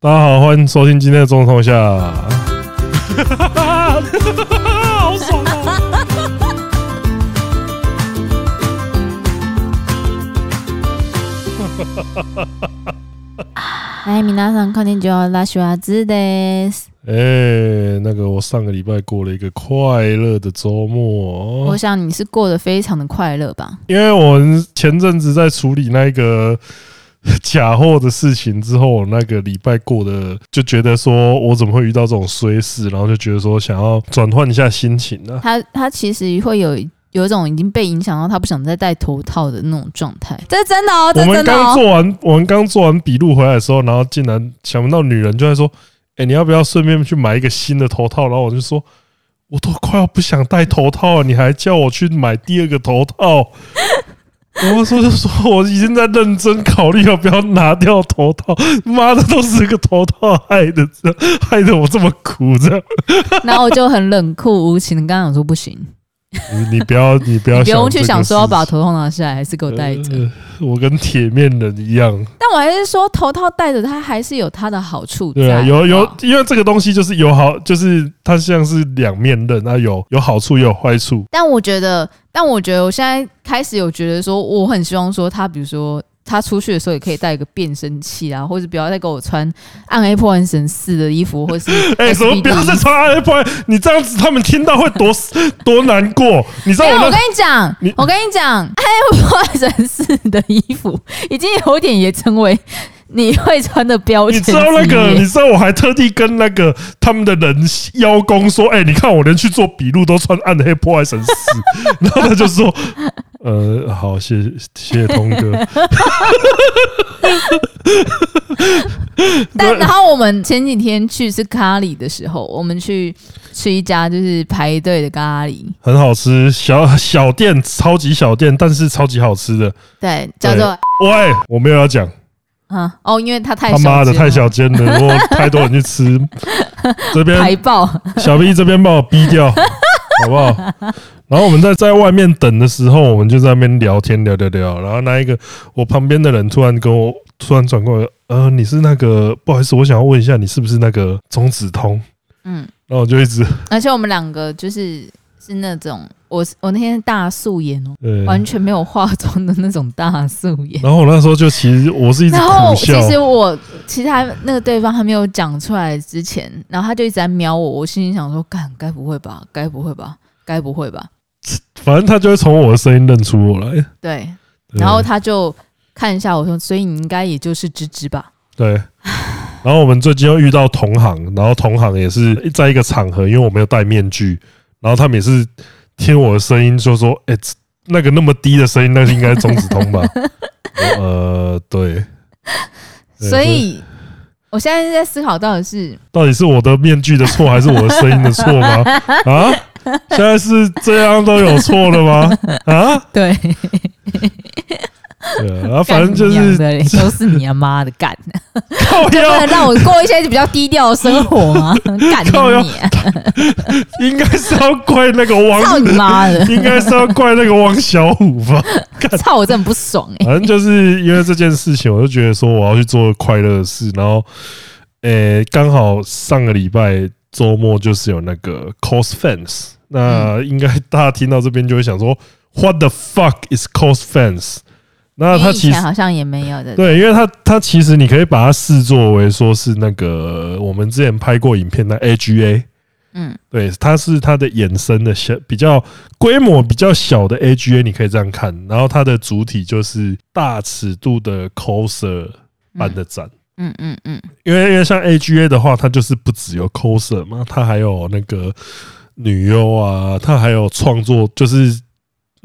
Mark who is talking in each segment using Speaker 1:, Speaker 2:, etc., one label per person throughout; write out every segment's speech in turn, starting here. Speaker 1: 大家好，欢迎收听今天的中通下。好爽啊！
Speaker 2: 哎，米娜桑，看见就要拉西瓦兹的。
Speaker 1: 哎、那个，我上个礼拜过了一个快乐的周末哦
Speaker 2: 我，想你是过得非常的快乐吧？
Speaker 1: 因为我们前阵子在处理那个 假货的事情之后，我那个礼拜过的就觉得说，我怎么会遇到这种衰事，然后就觉得说想要转换一下心情啊呢、
Speaker 2: 他他其实会有有一种已经被影响到他不想再戴头套的那种状态，这是真的 哦，这
Speaker 1: 我
Speaker 2: 是
Speaker 1: 们
Speaker 2: 真的
Speaker 1: 刚
Speaker 2: 哦。
Speaker 1: 做完，我们刚做完笔录回来的时候，然后竟然想不到女人就在说：“哎、你要不要顺便去买一个新的头套？”然后我就说：“我都快要不想戴头套了，你还叫我去买第二个头套？” 我说就说我已经在认真考虑要不要拿掉头套，妈的都是个头套害的，这害得我这么苦这样。
Speaker 2: 然后我就很冷酷无情的跟他讲说不行，
Speaker 1: 你你不要你不要
Speaker 2: 你不用
Speaker 1: 这
Speaker 2: 去
Speaker 1: 个
Speaker 2: 想说要
Speaker 1: 事
Speaker 2: 把
Speaker 1: 情
Speaker 2: 头套拿下来，还是给我戴着。
Speaker 1: 呃我跟铁面人一样，
Speaker 2: 但我还是说头套戴着它还是有它的好处在。
Speaker 1: 对啊，有有
Speaker 2: 好，
Speaker 1: 因为这个东西就是有好，就是它像是两面刃，它有有好处也有坏处。
Speaker 2: 但我觉得，但我觉得我现在开始有觉得说，我很希望说他，比如说他出去的时候也可以带一个变声器啊，或者不要再给我穿暗黑破坏神四的衣服，或是
Speaker 1: 哎、什么
Speaker 2: SPD
Speaker 1: 不要再穿 i p o 你这样子他们听到会多 多难过。你知道
Speaker 2: 没有，
Speaker 1: 我
Speaker 2: 我
Speaker 1: 那
Speaker 2: 跟你讲
Speaker 1: 你，
Speaker 2: 我跟你讲，暗黑破坏神四的衣服已经有点也成为你会穿的标
Speaker 1: 你
Speaker 2: 签之
Speaker 1: 知
Speaker 2: 一
Speaker 1: 道
Speaker 2: 耶。
Speaker 1: 那个，你知道我还特地跟那个他们的人邀功说，哎、你看我连去做笔录都穿暗黑破坏神四， 然后他就说， 呃，好，谢谢谢谢通哥。
Speaker 2: 但然后我们前几天去吃咖喱的时候，我们去吃一家就是排队的咖喱，
Speaker 1: 很好吃，小小店，超级小店，但是超级好吃的。
Speaker 2: 对，叫做
Speaker 1: 喂，我没有要讲，
Speaker 2: 嗯哦，因为它太
Speaker 1: 他妈的
Speaker 2: 小只了
Speaker 1: 太小间 了，我太多人去吃。这
Speaker 2: 排
Speaker 1: 边
Speaker 2: 爆。
Speaker 1: 小 B 这边把我逼掉，好不好？然后我们在在外面等的时候，我们就在那边聊天聊聊聊。然后那一个我旁边的人突然跟我突然转过来，呃，你是那个不好意思，我想要问一下，你是不是那个中子通？
Speaker 2: 嗯，
Speaker 1: 然后我就一直
Speaker 2: 而且我们两个就是是那种，我我那天大素颜哦，
Speaker 1: 呃，
Speaker 2: 完全没有化妆的那种大素颜。
Speaker 1: 然后我那时候就其实我是一直
Speaker 2: 然后
Speaker 1: 苦
Speaker 2: 其
Speaker 1: 笑，
Speaker 2: 实我其实他那个对方还没有讲出来之前，然后他就一直在瞄我，我心里想说，干该不会吧，该不会吧，该不会吧？
Speaker 1: 反正他就会从我的声音认出我来。
Speaker 2: 对，
Speaker 1: 对
Speaker 2: 然后他就看一下我说，所以你应该也就是芝芝吧？
Speaker 1: 对，然后我们最近又遇到同行，然后同行也是在一个场合，因为我没有戴面具，然后他们也是听我的声音就说：“哎、这那个那么低的声音，那就应该是中子通吧？” 我呃，对，对
Speaker 2: 所以我现在在思考到底是
Speaker 1: 到底是我的面具的错，还是我的声音的错吗？ 啊，现在是这样都有错了吗？啊，
Speaker 2: 对，
Speaker 1: 对啊，反正就
Speaker 2: 干你
Speaker 1: 是
Speaker 2: 娘的嘞都是你他妈的干。
Speaker 1: 靠
Speaker 2: 不
Speaker 1: 腰
Speaker 2: 能，让我过一些比较低调的生 活吗？干
Speaker 1: 靠腰
Speaker 2: 你啊！
Speaker 1: 应该是要怪那个
Speaker 2: 操
Speaker 1: 汪，
Speaker 2: 你 妈的！
Speaker 1: 应该是要怪那个汪小虎吧。
Speaker 2: 操我真的不爽哎、
Speaker 1: 反正就是因为这件事情，我就觉得说我要去做快乐的事，然后，诶、刚好上个礼拜周末就是有那个 cos fans，那
Speaker 2: 嗯
Speaker 1: 应该大家听到这边就会想说，What the fuck is cos fans？那
Speaker 2: 你
Speaker 1: 它
Speaker 2: 以
Speaker 1: 啊其实
Speaker 2: 前好像也没有的，
Speaker 1: 对，因为它它其实你可以把它视作为说是那个我们之前拍过影片的 AGA，
Speaker 2: 嗯，
Speaker 1: 对，它是它的衍生的小比较规模比较小的 AGA，你可以这样看。然后它的主体就是大尺度的 coser 办的展，
Speaker 2: 嗯嗯嗯，
Speaker 1: 因为因为像 AGA 的话，它就是不只有 coser 嘛，它还有那个女优啊，它还有创作，就是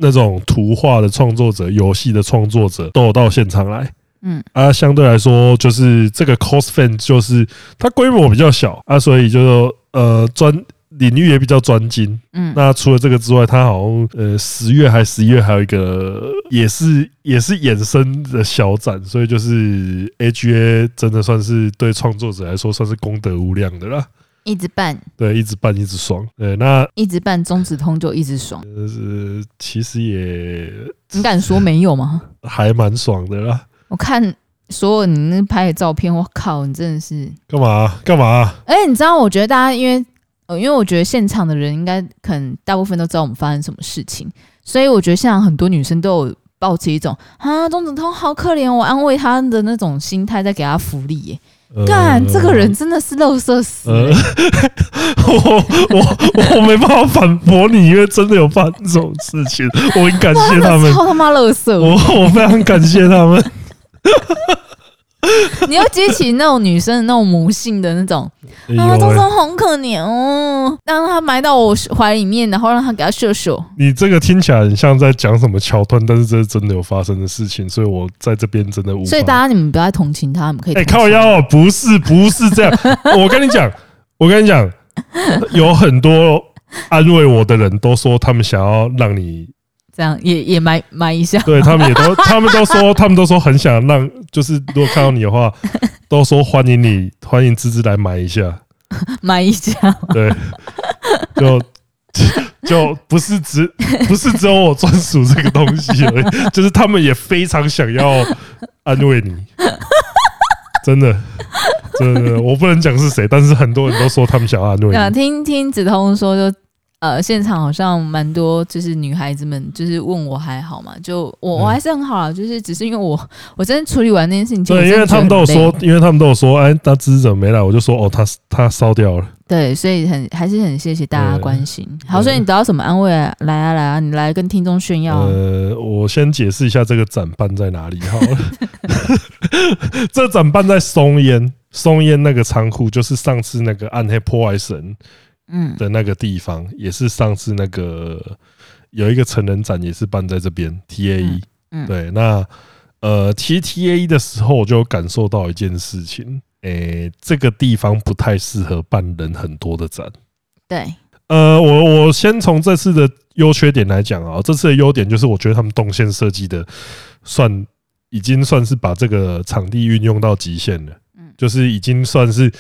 Speaker 1: 那种图画的创作者、游戏的创作者都有到现场来。
Speaker 2: 嗯
Speaker 1: 啊，相对来说，就是这个 cos fan 就是它规模比较小啊，所以就呃专领域也比较专精。
Speaker 2: 嗯嗯
Speaker 1: 那除了这个之外，它好像呃十月还十一月还有一个也是也是衍生的小展，所以就是 AGA 真的算是对创作者来说算是功德无量的啦。
Speaker 2: 一直办
Speaker 1: 对，一直办一直爽。对，那
Speaker 2: 一直办，中指通就一直爽。
Speaker 1: 呃其实也
Speaker 2: 你敢说没有吗？
Speaker 1: 还蛮爽的啦。
Speaker 2: 我看所有你那拍的照片，我靠，你真的是。
Speaker 1: 干嘛干嘛？
Speaker 2: 而且哎你知道，我觉得大家因为，呃，因为我觉得现场的人应该可能大部分都知道我们发生什么事情，所以我觉得现场很多女生都有抱持一种啊，钟子通好可怜，我安慰她的那种心态，在给她福利耶。
Speaker 1: 呃
Speaker 2: 干、这个人真的是乐色死了
Speaker 1: 呃， 我我我没办法反驳你，因为真的有发生这种事 情，我很感
Speaker 2: 哇，
Speaker 1: 谢他
Speaker 2: 真的
Speaker 1: 们，
Speaker 2: 超他妈乐色！
Speaker 1: 我我非常感谢他们。
Speaker 2: 你又激起那种女生的那种母性的那 种啊，
Speaker 1: 哎呦
Speaker 2: 钟
Speaker 1: 喂
Speaker 2: 钟好可怜哦，让她埋到我怀里面，然后让她给她秀秀。
Speaker 1: 你这个听起来很像在讲什么桥段，但是这是真的有发生的事情，所以我在这边真的无法。
Speaker 2: 所以大家你们不要再同情她，你们可以
Speaker 1: 哎、
Speaker 2: 同情
Speaker 1: 靠腰、哦，不是不是 这样，我跟你讲，我跟你讲，有很多安慰我的人都说他们想要让你，
Speaker 2: 这样也也埋埋一下。
Speaker 1: 对他们也都，他们都说，他们都说很想让，就是如果看到你的话，都说欢迎你，欢迎芝芝来买一下，
Speaker 2: 买一家，
Speaker 1: 对，就。就不是只不是只有我专属这个东西而已，就是他们也非常想要安慰你，真的，真的，真的我不能讲是谁，但是很多人都说他们想要安慰
Speaker 2: 对啊，
Speaker 1: 你。
Speaker 2: 听听子通说就。呃，现场好像蛮多，就是女孩子们就是问我还好嘛，就我
Speaker 1: 嗯
Speaker 2: 我还是很好啊，就是只是因为我我真的处理完那件事情，
Speaker 1: 对，因为他们都有说，，因为他们都有说，哎，那芝芝怎么没来？我就说，哦，他他烧掉了。
Speaker 2: 对，所以很还是很谢谢大家关心。好，
Speaker 1: 对
Speaker 2: 所以你得到什么安慰、啊？来啊来啊，你来跟听众炫耀、啊。
Speaker 1: 呃，我先解释一下这个展办在哪里好了。 这展办在松烟，松烟那个仓库就是上次那个暗黑破坏神
Speaker 2: 嗯，
Speaker 1: 的那个地方，也是上次那个有一个成人展，也是办在这边 T A E。
Speaker 2: 嗯嗯
Speaker 1: 对，那呃，其实 T A E 的时候，我就有感受到一件事情，诶、这个地方不太适合办人很多的展。
Speaker 2: 对，
Speaker 1: 呃，我我先从这次的优缺点来讲啊，这次的优点就是我觉得他们动线设计的算已经算是把这个场地运用到极限了，
Speaker 2: 嗯
Speaker 1: 就是已经算是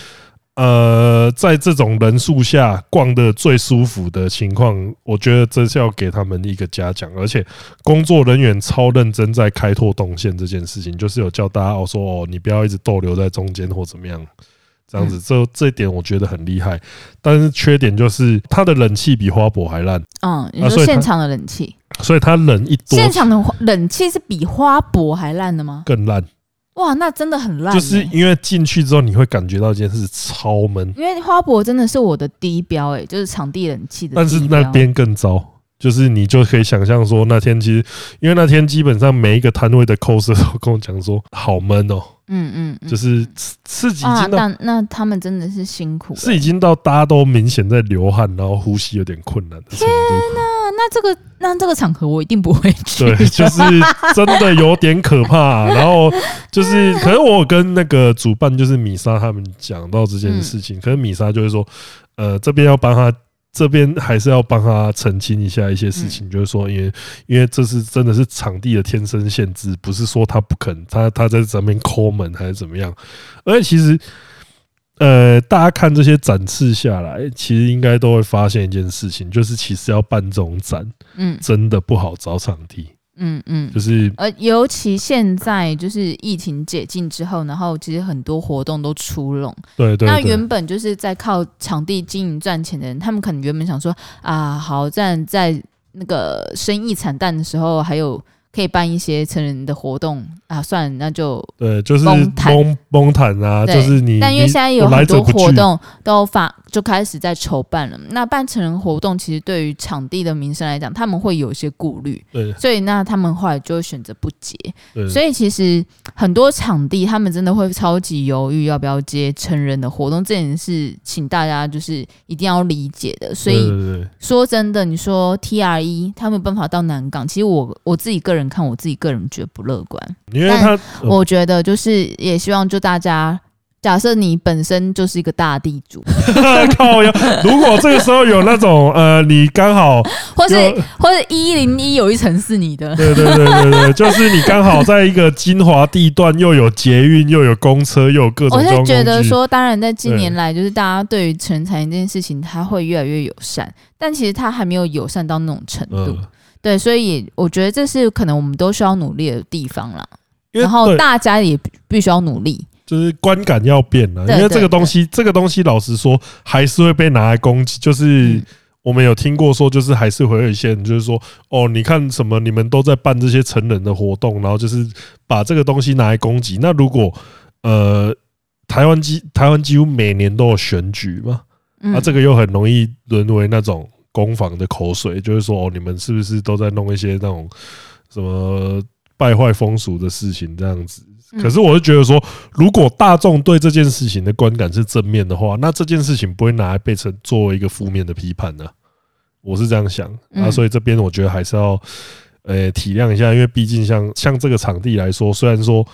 Speaker 1: 呃在这种人数下逛的最舒服的情况，我觉得这是要给他们一个嘉奖，而且工作人员超认真在开拓动线这件事情，就是有教大家哦说哦你不要一直逗留在中间或怎么样。这样子，这这一点我觉得很厉害。但是缺点就是它的冷气比花博还烂，
Speaker 2: 嗯，你
Speaker 1: 啊所
Speaker 2: 说
Speaker 1: 以他
Speaker 2: 现场的冷气，
Speaker 1: 所以它冷一多
Speaker 2: 现场的花冷气是比花博还烂的吗？
Speaker 1: 更烂，
Speaker 2: 哇，那真的很烂欸、
Speaker 1: 就是因为进去之后你会感觉到一件事超闷，
Speaker 2: 因为花博真的是我的低标、欸，哎，就是场地冷气的
Speaker 1: 但是
Speaker 2: 低
Speaker 1: 那
Speaker 2: 标
Speaker 1: 边更糟。就是你就可以想象说，那天其实因为那天基本上每一个摊位的 coser 都跟我讲说，好闷哦，
Speaker 2: 嗯嗯，嗯
Speaker 1: 就是刺刺激已
Speaker 2: 啊，
Speaker 1: 经到
Speaker 2: 但那他们真的是辛苦了。啊
Speaker 1: 是已经到大家都明显在流汗，然后呼吸有点困难的程度。
Speaker 2: 那那这个那这个场合我一定不会去。
Speaker 1: 对，就是真的有点可怕、然后就是，可是我跟那个主办就是米莎他们讲到这件事情，可是米莎就会说，呃，这边要帮他，这边还是要帮他澄清一下一些事情，就是说，因为因为这是真的是场地的天生限制，不是说他不肯，他他在这边抠门还是怎么样，而且其实。呃，大家看这些展示下来，其实应该都会发现一件事情，就是其实要办这种展，
Speaker 2: 嗯
Speaker 1: 真的不好找场地。
Speaker 2: 嗯嗯
Speaker 1: 就，是
Speaker 2: 呃，尤其现在就是疫情解禁之后，然后其实很多活动都出笼。
Speaker 1: 对对
Speaker 2: 那
Speaker 1: 对
Speaker 2: 原本就是在靠场地经营赚钱的人，他们可能原本想说啊，好，这样在那个生意惨淡的时候，还有可以办一些成人的活动啊，算了，那就。
Speaker 1: 对，就是
Speaker 2: 崩盘
Speaker 1: 崩崩盘啊，
Speaker 2: 对
Speaker 1: 就是你，
Speaker 2: 但因为
Speaker 1: 你
Speaker 2: 现在有
Speaker 1: 我来
Speaker 2: 很
Speaker 1: 者
Speaker 2: 多
Speaker 1: 不
Speaker 2: 活
Speaker 1: 拒，
Speaker 2: 动都发就开始在筹办了，那办成人活动其实对于场地的名声来讲，他们会有一些顾虑。
Speaker 1: 对
Speaker 2: 所以那他们后来就会选择不接。
Speaker 1: 对，
Speaker 2: 所以其实很多场地他们真的会超级犹豫要不要接成人的活动，这点是请大家就是一定要理解的。所
Speaker 1: 对
Speaker 2: 以
Speaker 1: 对对
Speaker 2: 说真的，你说 T R E 他没有办法到南港，其实我我自己个人看，我自己个人觉得不乐观。
Speaker 1: 对，因为
Speaker 2: 但
Speaker 1: 他呃
Speaker 2: 我觉得就是也希望就大家。假设你本身就是一个大地 主，
Speaker 1: 靠呀，如果这个时候有那种呃，你刚好，
Speaker 2: 或是
Speaker 1: 有
Speaker 2: 或者一零一有一层是你的，
Speaker 1: 对对对对对，就是你刚好在一个精华地段，又有捷运，又有公车，又有各种
Speaker 2: 我
Speaker 1: 交
Speaker 2: 是
Speaker 1: 通
Speaker 2: 觉得
Speaker 1: 工具，
Speaker 2: 说，当然在近年来，就是大家对于成人产业这件事情，它会越来越友善，但其实它还没有友善到那种程度。
Speaker 1: 嗯，
Speaker 2: 对，所以我觉得这是可能我们都需要努力的地方啦。
Speaker 1: 因为
Speaker 2: 然后
Speaker 1: 对
Speaker 2: 大家也必须要努力。
Speaker 1: 就是观感要变了，
Speaker 2: 对
Speaker 1: 因为这
Speaker 2: 对
Speaker 1: 个东西，这个东西老实说还是会被拿来攻击。就是
Speaker 2: 嗯
Speaker 1: 我们有听过说，就是还是会有一些人就是说，哦，你看什么，你们都在办这些成人的活动，然后就是把这个东西拿来攻击。那如果呃，台湾几台湾几乎每年都有选举嘛，
Speaker 2: 嗯，
Speaker 1: 啊那这个又很容易沦为那种攻防的口水，就是说哦，你们是不是都在弄一些那种什么败坏风俗的事情这样子？
Speaker 2: 嗯
Speaker 1: 可是我是觉得说，如果大众对这件事情的观感是正面的话，那这件事情不会拿来被成作为一个负面的批判呢、我是这样想啊，
Speaker 2: 嗯
Speaker 1: 所以这边我觉得还是要呃体谅一下，因为毕竟像像这个场地来说，虽然说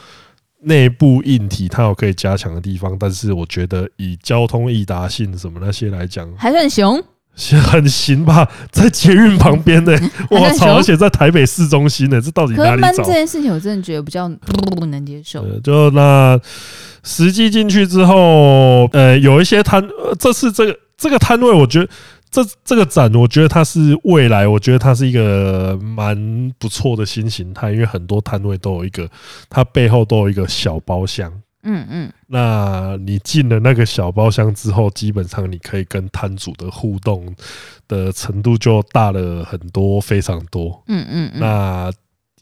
Speaker 1: 内部硬体它有可以加强的地方，但是我觉得以交通易达性什么那些来讲，
Speaker 2: 还算熊，
Speaker 1: 是很行吧，在捷运旁边
Speaker 2: 哎
Speaker 1: 呢、我
Speaker 2: 很
Speaker 1: 操！
Speaker 2: 熟
Speaker 1: 而且在台北市中心呢、这到底
Speaker 2: 可
Speaker 1: 哪
Speaker 2: 是
Speaker 1: 里
Speaker 2: 搬
Speaker 1: 找啊
Speaker 2: 这？件事情，我真的觉得比较不能接受。
Speaker 1: 呃就那实际进去之后，呃，有一些摊，呃这次这个这个摊位，我觉得这这个展，我觉得它是未来，我觉得它是一个蛮不错的新形态，因为很多摊位都有一个，它背后都有一个小包厢。
Speaker 2: 嗯嗯，
Speaker 1: 那你进了那个小包厢之后，基本上你可以跟摊主的互动的程度就大了很多，非常多。
Speaker 2: 嗯嗯嗯，
Speaker 1: 那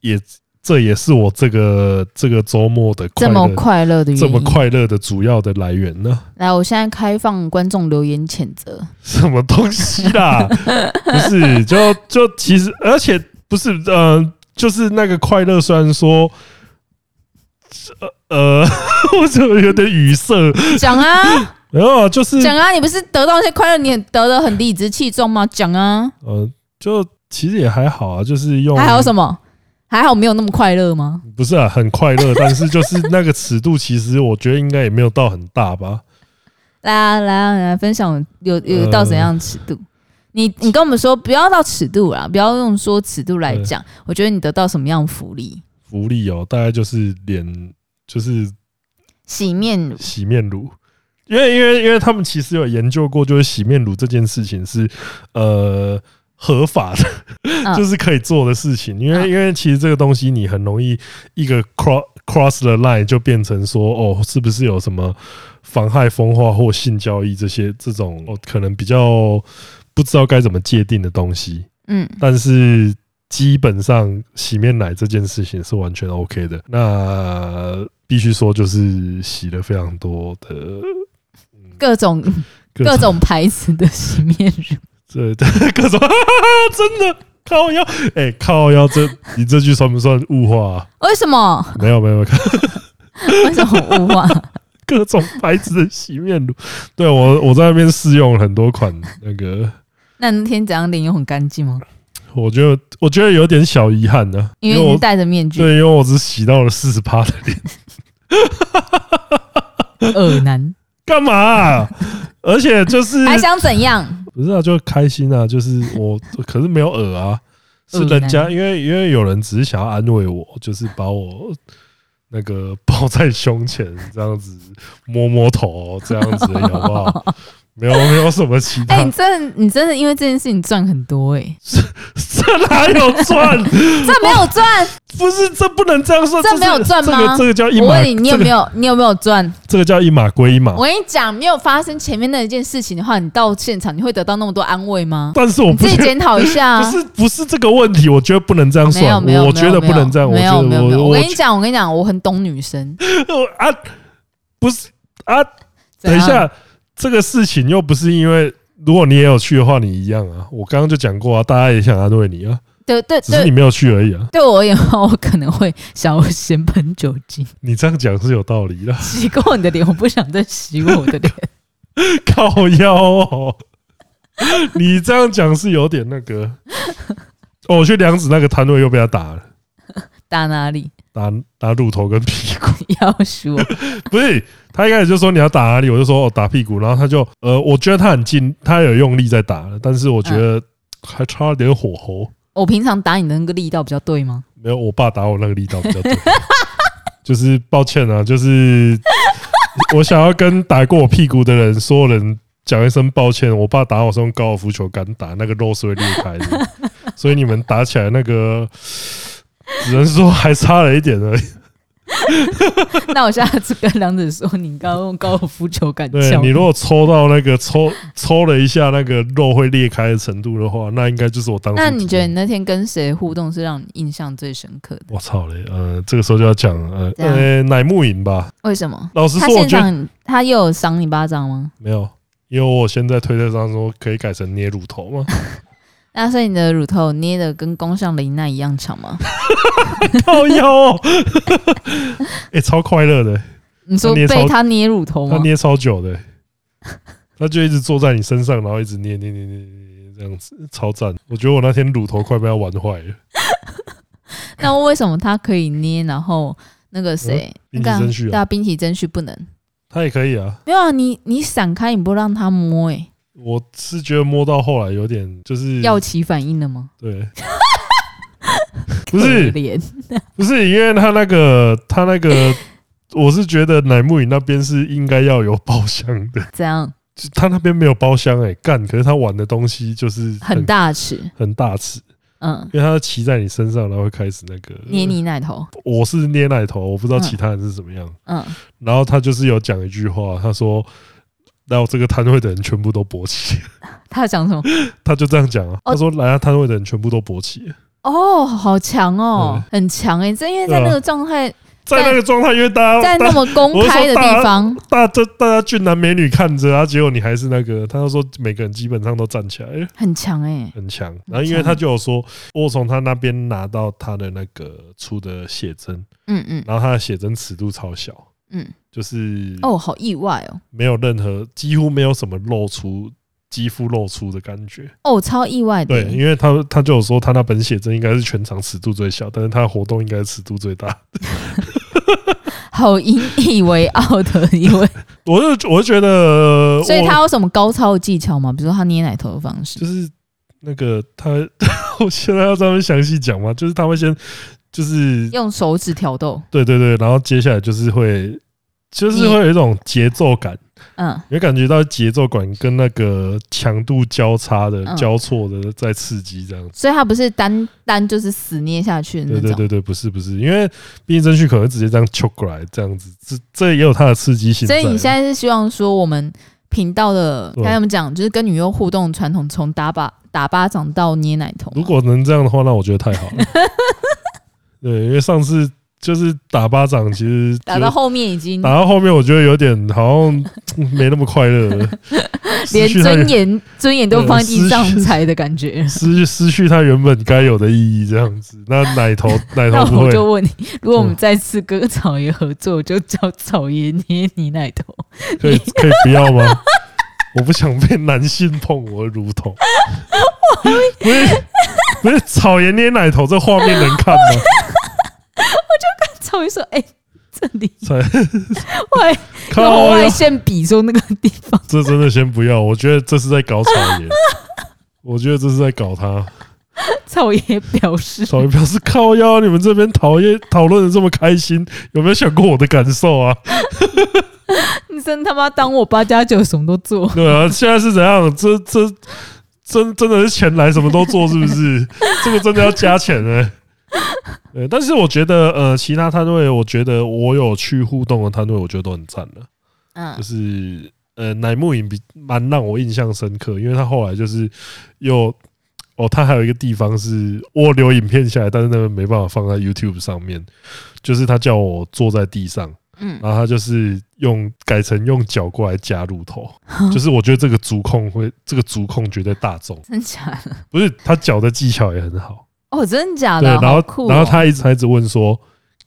Speaker 1: 也这也是我这个这个周末的快
Speaker 2: 这么
Speaker 1: 乐
Speaker 2: 快乐的原
Speaker 1: 这
Speaker 2: 因，
Speaker 1: 么快乐的主要的来源呢？
Speaker 2: 来，我现在开放观众留言谴责。
Speaker 1: 什么东西啦？ 不是，就就其实，而且不是，呃，就是那个快乐，虽然说。呃，呃 我怎么有点语塞？
Speaker 2: 讲啊
Speaker 1: 没有，就是
Speaker 2: 讲啊，你不是得到一些快乐，你也得的很理直气壮吗？讲啊，
Speaker 1: 呃，就其实也还好啊，就是用
Speaker 2: 还好什么？还好没有那么快乐吗？
Speaker 1: 不是啊，很快乐，但是就是那个尺度，其实我觉得应该也没有到很大吧。
Speaker 2: 来啊来啊来啊，分享有
Speaker 1: 呃
Speaker 2: 有到怎样尺度？你你跟我们说不要到尺度啦，不要用说尺度来讲，我觉得你得到什么样的福利？
Speaker 1: 福利哦，大概就是脸就是
Speaker 2: 洗面乳，
Speaker 1: 洗面乳，因为因为因为他们其实有研究过，就是洗面乳这件事情是呃合法的，
Speaker 2: 嗯
Speaker 1: 就是可以做的事情。因为
Speaker 2: 嗯
Speaker 1: 因为其实这个东西你很容易一个 cross cross the line 就变成说哦，是不是有什么妨害风化或性交易这些这种哦，可能比较不知道该怎么界定的东西，
Speaker 2: 嗯
Speaker 1: 但是。基本上洗面奶这件事情是完全 OK 的。那必须说，就是洗了非常多的
Speaker 2: 各种 各种牌子的洗面乳，
Speaker 1: 这各种真的靠腰，哎、靠腰，这你这句算不算物化啊、
Speaker 2: 为什么？
Speaker 1: 没有没有，没 有
Speaker 2: 为什么无啊话？
Speaker 1: 各种牌子的洗面乳，对我我在那边试用了很多款，那个
Speaker 2: 那你那天怎样脸有很干净吗？
Speaker 1: 我觉得我觉得有点小遗憾呢、
Speaker 2: 因为
Speaker 1: 我
Speaker 2: 你戴着面具，
Speaker 1: 对，因为我只洗到了四十趴的脸，
Speaker 2: 耳男
Speaker 1: 干嘛啊、而且就是
Speaker 2: 还想 怎样？
Speaker 1: 不是啊，就开心啊，就是我， 可是没有耳啊，是
Speaker 2: 耳
Speaker 1: 人家，
Speaker 2: 男
Speaker 1: 因为因为有人只是想要安慰我，就是把我那个 抱在胸前这样子摸摸头这样子而 已，好不好？没有没有什么其
Speaker 2: 哎、
Speaker 1: 他
Speaker 2: 你，真的，你真的因为这件事情赚很多哎、
Speaker 1: 这哪有赚？
Speaker 2: 这没有赚。
Speaker 1: 不是，这不能这样算，
Speaker 2: 这
Speaker 1: 是
Speaker 2: 没有赚吗
Speaker 1: 这个这个叫一
Speaker 2: 我
Speaker 1: 码，
Speaker 2: 问你，你有没
Speaker 1: 这个？
Speaker 2: 有，你有没有赚？
Speaker 1: 这个叫一码归一码
Speaker 2: 我，跟你讲，没有发生前面那一件事情的话，你到现场你会得到那么多安慰吗？
Speaker 1: 但是我
Speaker 2: 你
Speaker 1: 不
Speaker 2: 自己
Speaker 1: 觉得。
Speaker 2: 检讨一下、
Speaker 1: 不
Speaker 2: 啊。
Speaker 1: 是不是这个问题，我觉得不能这样
Speaker 2: 没有
Speaker 1: 算，
Speaker 2: 没有，
Speaker 1: 我觉得
Speaker 2: 没有
Speaker 1: 不能这样，我
Speaker 2: 没
Speaker 1: 觉
Speaker 2: 有没
Speaker 1: 得
Speaker 2: 有没有。
Speaker 1: 我
Speaker 2: 我
Speaker 1: 我
Speaker 2: 跟你讲，我跟你讲，我很懂女生。
Speaker 1: 我啊，不是啊，
Speaker 2: 怎
Speaker 1: 等一
Speaker 2: 样，
Speaker 1: 下，这个事情又不是因为，如果你也有去的话，你一样啊。我刚刚就讲过啊，大家也想安慰你啊，
Speaker 2: 对对
Speaker 1: 只是你
Speaker 2: 对，
Speaker 1: 没有去而已啊。
Speaker 2: 对我而言的话，我可能会想要先喷酒精，
Speaker 1: 你这样讲是有道理的，
Speaker 2: 洗过你的脸，我不想再洗过我的脸。
Speaker 1: 靠腰、哦， 你这样讲是有点那个。哦，我去梁子那个摊位又被他打了，
Speaker 2: 打哪里？
Speaker 1: 打打乳头跟屁 股。
Speaker 2: 要说
Speaker 1: 不是，他一开始就说你要打哪里，我就说哦打屁股，然后他就呃，我觉得他很近，他有用力在打了，但是我觉得还差了点火候。
Speaker 2: 我平常打你的那个力道比较对吗？
Speaker 1: 没有，我爸打我那个力道比较对， 就是抱歉啊，就是我想要跟打过我屁股的人，所有人讲一声抱歉。我爸打我是用高尔夫球杆打，那个肉是会裂开 的，所以你们打起来那个，只能说还差了一点而已。
Speaker 2: 那我下次跟梁子说，你刚刚用高尔夫球杆
Speaker 1: 对
Speaker 2: 敲
Speaker 1: 你如果抽到那个抽抽了一下那个肉会裂开的程度的话，那应该就是我当初。
Speaker 2: 那你觉得你那天跟谁互动是让你印象最深刻的？
Speaker 1: 我操嘞，呃，这个时候就要讲呃
Speaker 2: 怎样
Speaker 1: 呃乃木影吧。
Speaker 2: 为什么？
Speaker 1: 老实
Speaker 2: 他
Speaker 1: 说，我
Speaker 2: 现
Speaker 1: 觉得
Speaker 2: 场他又有赏你巴掌吗？
Speaker 1: 没有，因为我现在推特上说可以改成捏乳头嘛。
Speaker 2: 那所以你的乳头捏的跟宫上玲奈一样长吗？
Speaker 1: 靠腰、 哦，哎、超快乐的、
Speaker 2: 你说
Speaker 1: 他捏
Speaker 2: 被
Speaker 1: 超
Speaker 2: 他捏乳头
Speaker 1: 他
Speaker 2: 吗？
Speaker 1: 捏超久的、他就一直坐在你身上，然后一直捏捏捏捏捏捏这样子，超赞。我觉得我那天乳头快被他玩坏了。
Speaker 2: 那为什么他可以捏，然后那个谁，
Speaker 1: 嗯
Speaker 2: 那个
Speaker 1: 滨崎
Speaker 2: 啊
Speaker 1: 真绪啊
Speaker 2: 对啊，冰崎真绪不能？
Speaker 1: 他也可以啊，
Speaker 2: 没有啊，你你闪开，你不让他摸、欸，
Speaker 1: 我是觉得摸到后来有点就是
Speaker 2: 要起反应了吗？
Speaker 1: 对，不是
Speaker 2: 可怜
Speaker 1: 不是，因为他那个他那个，我是觉得乃木影那边是应该要有包厢的，
Speaker 2: 这样
Speaker 1: 就他那边没有包厢哎、干，可是他玩的东西就是
Speaker 2: 很大尺，
Speaker 1: 很大尺，
Speaker 2: 嗯，
Speaker 1: 因为他骑在你身上，然后会开始那个
Speaker 2: 捏你奶头，
Speaker 1: 我是捏奶头，我不知道其他人是怎么样。
Speaker 2: 嗯，
Speaker 1: 然后他就是有讲一句话，他说。然后这个摊位的人全部都勃起，
Speaker 2: 他讲什么？
Speaker 1: 他就这样讲啊。
Speaker 2: 哦
Speaker 1: 他说来他摊位的人全部都勃起，
Speaker 2: 哦，好强哦，
Speaker 1: 嗯
Speaker 2: 很强哎、欸！这因为在那个状态，
Speaker 1: 在那个状态，因为啊大家
Speaker 2: 在那
Speaker 1: 大
Speaker 2: 么公开的地方，
Speaker 1: 大这大家俊男美女看着啊，结果你还是那个。他就说每个人基本上都站起来，
Speaker 2: 很强哎、
Speaker 1: 很强。然后因为他就有说，我从他那边拿到他的那个出的写真，
Speaker 2: 嗯嗯
Speaker 1: 然后他的写真尺度超小，
Speaker 2: 嗯，
Speaker 1: 就是
Speaker 2: 哦，好意外哦，
Speaker 1: 没有任何几乎没有什么露出肌肤露出的感觉。
Speaker 2: 哦，超意外的
Speaker 1: 对，
Speaker 2: 欸、
Speaker 1: 因为他他就有说他那本写真应该是全场尺度最小，但是他的活动应该是尺度最大。
Speaker 2: 好引以为傲的一位。
Speaker 1: 我就我就觉得我，
Speaker 2: 所以他有什么高超的技巧吗？比如说他捏奶头的方式
Speaker 1: 就，是那个他， 我现在要专门详细讲吗？就是他会先就是
Speaker 2: 用手指挑逗，
Speaker 1: 对对对，然后接下来就是会就是会有一种节奏感，
Speaker 2: 嗯，
Speaker 1: 你会感觉到节奏感跟那个强度交叉的、
Speaker 2: 嗯
Speaker 1: 交错的在刺激这样子。
Speaker 2: 所以他不是单单就是死捏下去的那
Speaker 1: 对
Speaker 2: 种，
Speaker 1: 对对对，不是不是，因为毕竟真旭可能直接这样 choke 过来，这样子，这这也有它的刺激性
Speaker 2: 所
Speaker 1: 在。嗯
Speaker 2: 以你现在是希望说我们频道的
Speaker 1: 对
Speaker 2: 该怎么讲，就是跟女优互动的传统，从打巴打巴掌到捏奶头吗，
Speaker 1: 如果能这样的话，那我觉得太好 了。对，因为上次就是打巴掌，其实
Speaker 2: 打
Speaker 1: 就
Speaker 2: 到后面已经
Speaker 1: 打到后面，我觉得有点好像 没那么快乐了，
Speaker 2: 连
Speaker 1: 失去它
Speaker 2: 尊严尊严都放在地上
Speaker 1: 对失去
Speaker 2: 踩的感觉。
Speaker 1: 失去失去它原本该有的意义，这样子。那奶 头奶头
Speaker 2: 那
Speaker 1: 不
Speaker 2: 我
Speaker 1: 会，嗯
Speaker 2: 就问你，如果我们再次跟草爷合作，我就叫草爷捏你奶头。
Speaker 1: 可以可以不要吗？我不想被男性碰我的乳头。不是不是草原捏奶头，这画面能看吗？
Speaker 2: 草爷说：“哎、这里
Speaker 1: 草 爷
Speaker 2: 外用
Speaker 1: 靠
Speaker 2: 外
Speaker 1: 呀，
Speaker 2: 线比说那个地方，
Speaker 1: 哦这真的先不要，我觉得这是在搞草原，我觉得这是在搞他。
Speaker 2: 草爷表示
Speaker 1: 草原表示靠腰，你们这边讨厌讨论的这么开心，有没有想过我的感受啊？
Speaker 2: 你真他妈当我八加九什么都做。”
Speaker 1: 对啊，现在是怎样？这这真真的是钱来什么都做，是不是？这个真的要加钱呢、对，但是我觉得，呃，其他摊位，我觉得我有去互动的摊位，我觉得都很赞的。
Speaker 2: 嗯
Speaker 1: 就是，呃，乃木影比蛮让我印象深刻，因为他后来就是又，哦，他还有一个地方是我留影片下来，但是那个没办法放在 YouTube 上面，就是他叫我坐在地上，
Speaker 2: 嗯，
Speaker 1: 然后他就是用改成用脚过来夹乳头，就是我觉得这个足控会，这个足控绝对大众，
Speaker 2: 真假的？
Speaker 1: 不是他脚的技巧也很好，
Speaker 2: 哦，真的假
Speaker 1: 对，
Speaker 2: 的？
Speaker 1: 然
Speaker 2: 好
Speaker 1: 后
Speaker 2: 酷哦
Speaker 1: 然后他一直他一直问说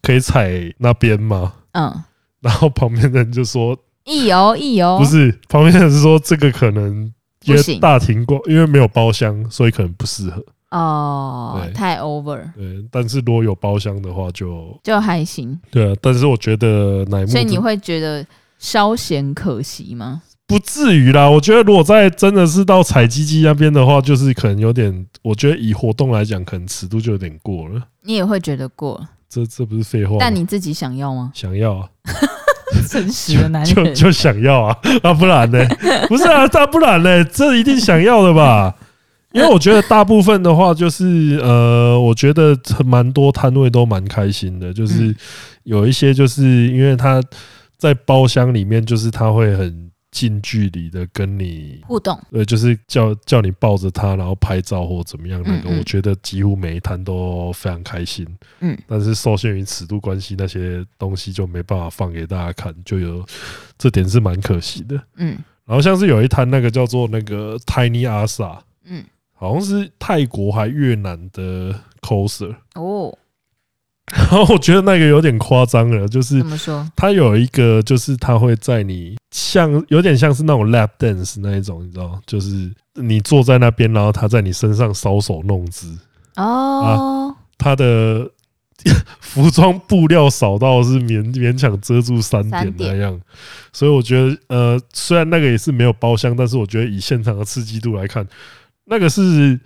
Speaker 1: 可以踩那边吗？
Speaker 2: 嗯，
Speaker 1: 然后旁边的人就说
Speaker 2: 一游一游，
Speaker 1: 不是，旁边的人说这个可能因
Speaker 2: 哦不
Speaker 1: 为
Speaker 2: 行
Speaker 1: 大庭广，因为没有包厢，所以可能不适合。
Speaker 2: 哦
Speaker 1: 对，
Speaker 2: 太 over
Speaker 1: 对，但是如果有包厢的话就
Speaker 2: 就还行，
Speaker 1: 对啊，但是我觉得乃木
Speaker 2: 所以你
Speaker 1: 这
Speaker 2: 会觉得稍显可惜吗？
Speaker 1: 不至于啦，我觉得如果在真的是到采鸡鸡那边的话，就是可能有点，我觉得以活动来讲，可能尺度就有点过了。
Speaker 2: 你也会觉得过，
Speaker 1: 这这不是废话吗？？
Speaker 2: 但你自己想要吗
Speaker 1: 想要啊，
Speaker 2: 诚实的男
Speaker 1: 就
Speaker 2: 人，
Speaker 1: 就 想要啊，啊不然呢？不是啊，那不然呢？这一定想要的吧？因为我觉得大部分的话，就是呃，我觉得蛮多摊位都蛮开心的，就是
Speaker 2: 嗯
Speaker 1: 有一些就是因为他在包厢里面，就是他会很近距离的跟你。
Speaker 2: 互动，
Speaker 1: 呃，就是叫叫你抱着他，然后拍照或怎么样，那个
Speaker 2: 嗯嗯
Speaker 1: 我觉得几乎每一摊都非常开心。
Speaker 2: 嗯，
Speaker 1: 但是受限于尺度关系，那些东西就没办法放给大家看，就有这点是蛮可惜的。
Speaker 2: 嗯
Speaker 1: 然后像是有一摊那个叫做那个 Tiny Asa，
Speaker 2: 嗯，
Speaker 1: 好像是泰国还越南的 coser，
Speaker 2: 哦，
Speaker 1: 然后我觉得那个有点夸张了，就是
Speaker 2: 怎么说？
Speaker 1: 它有一个就是它会在你像有点像是那种 lap dance 那一种，你知道，就是你坐在那边，然后他在你身上搔首弄姿，
Speaker 2: 哦，
Speaker 1: 他的 服装布料少到是勉勉强遮住三点
Speaker 2: 三点
Speaker 1: 那样，所以我觉得呃，虽然那个也是没有包厢，但是我觉得以现场的刺激度来看，那个是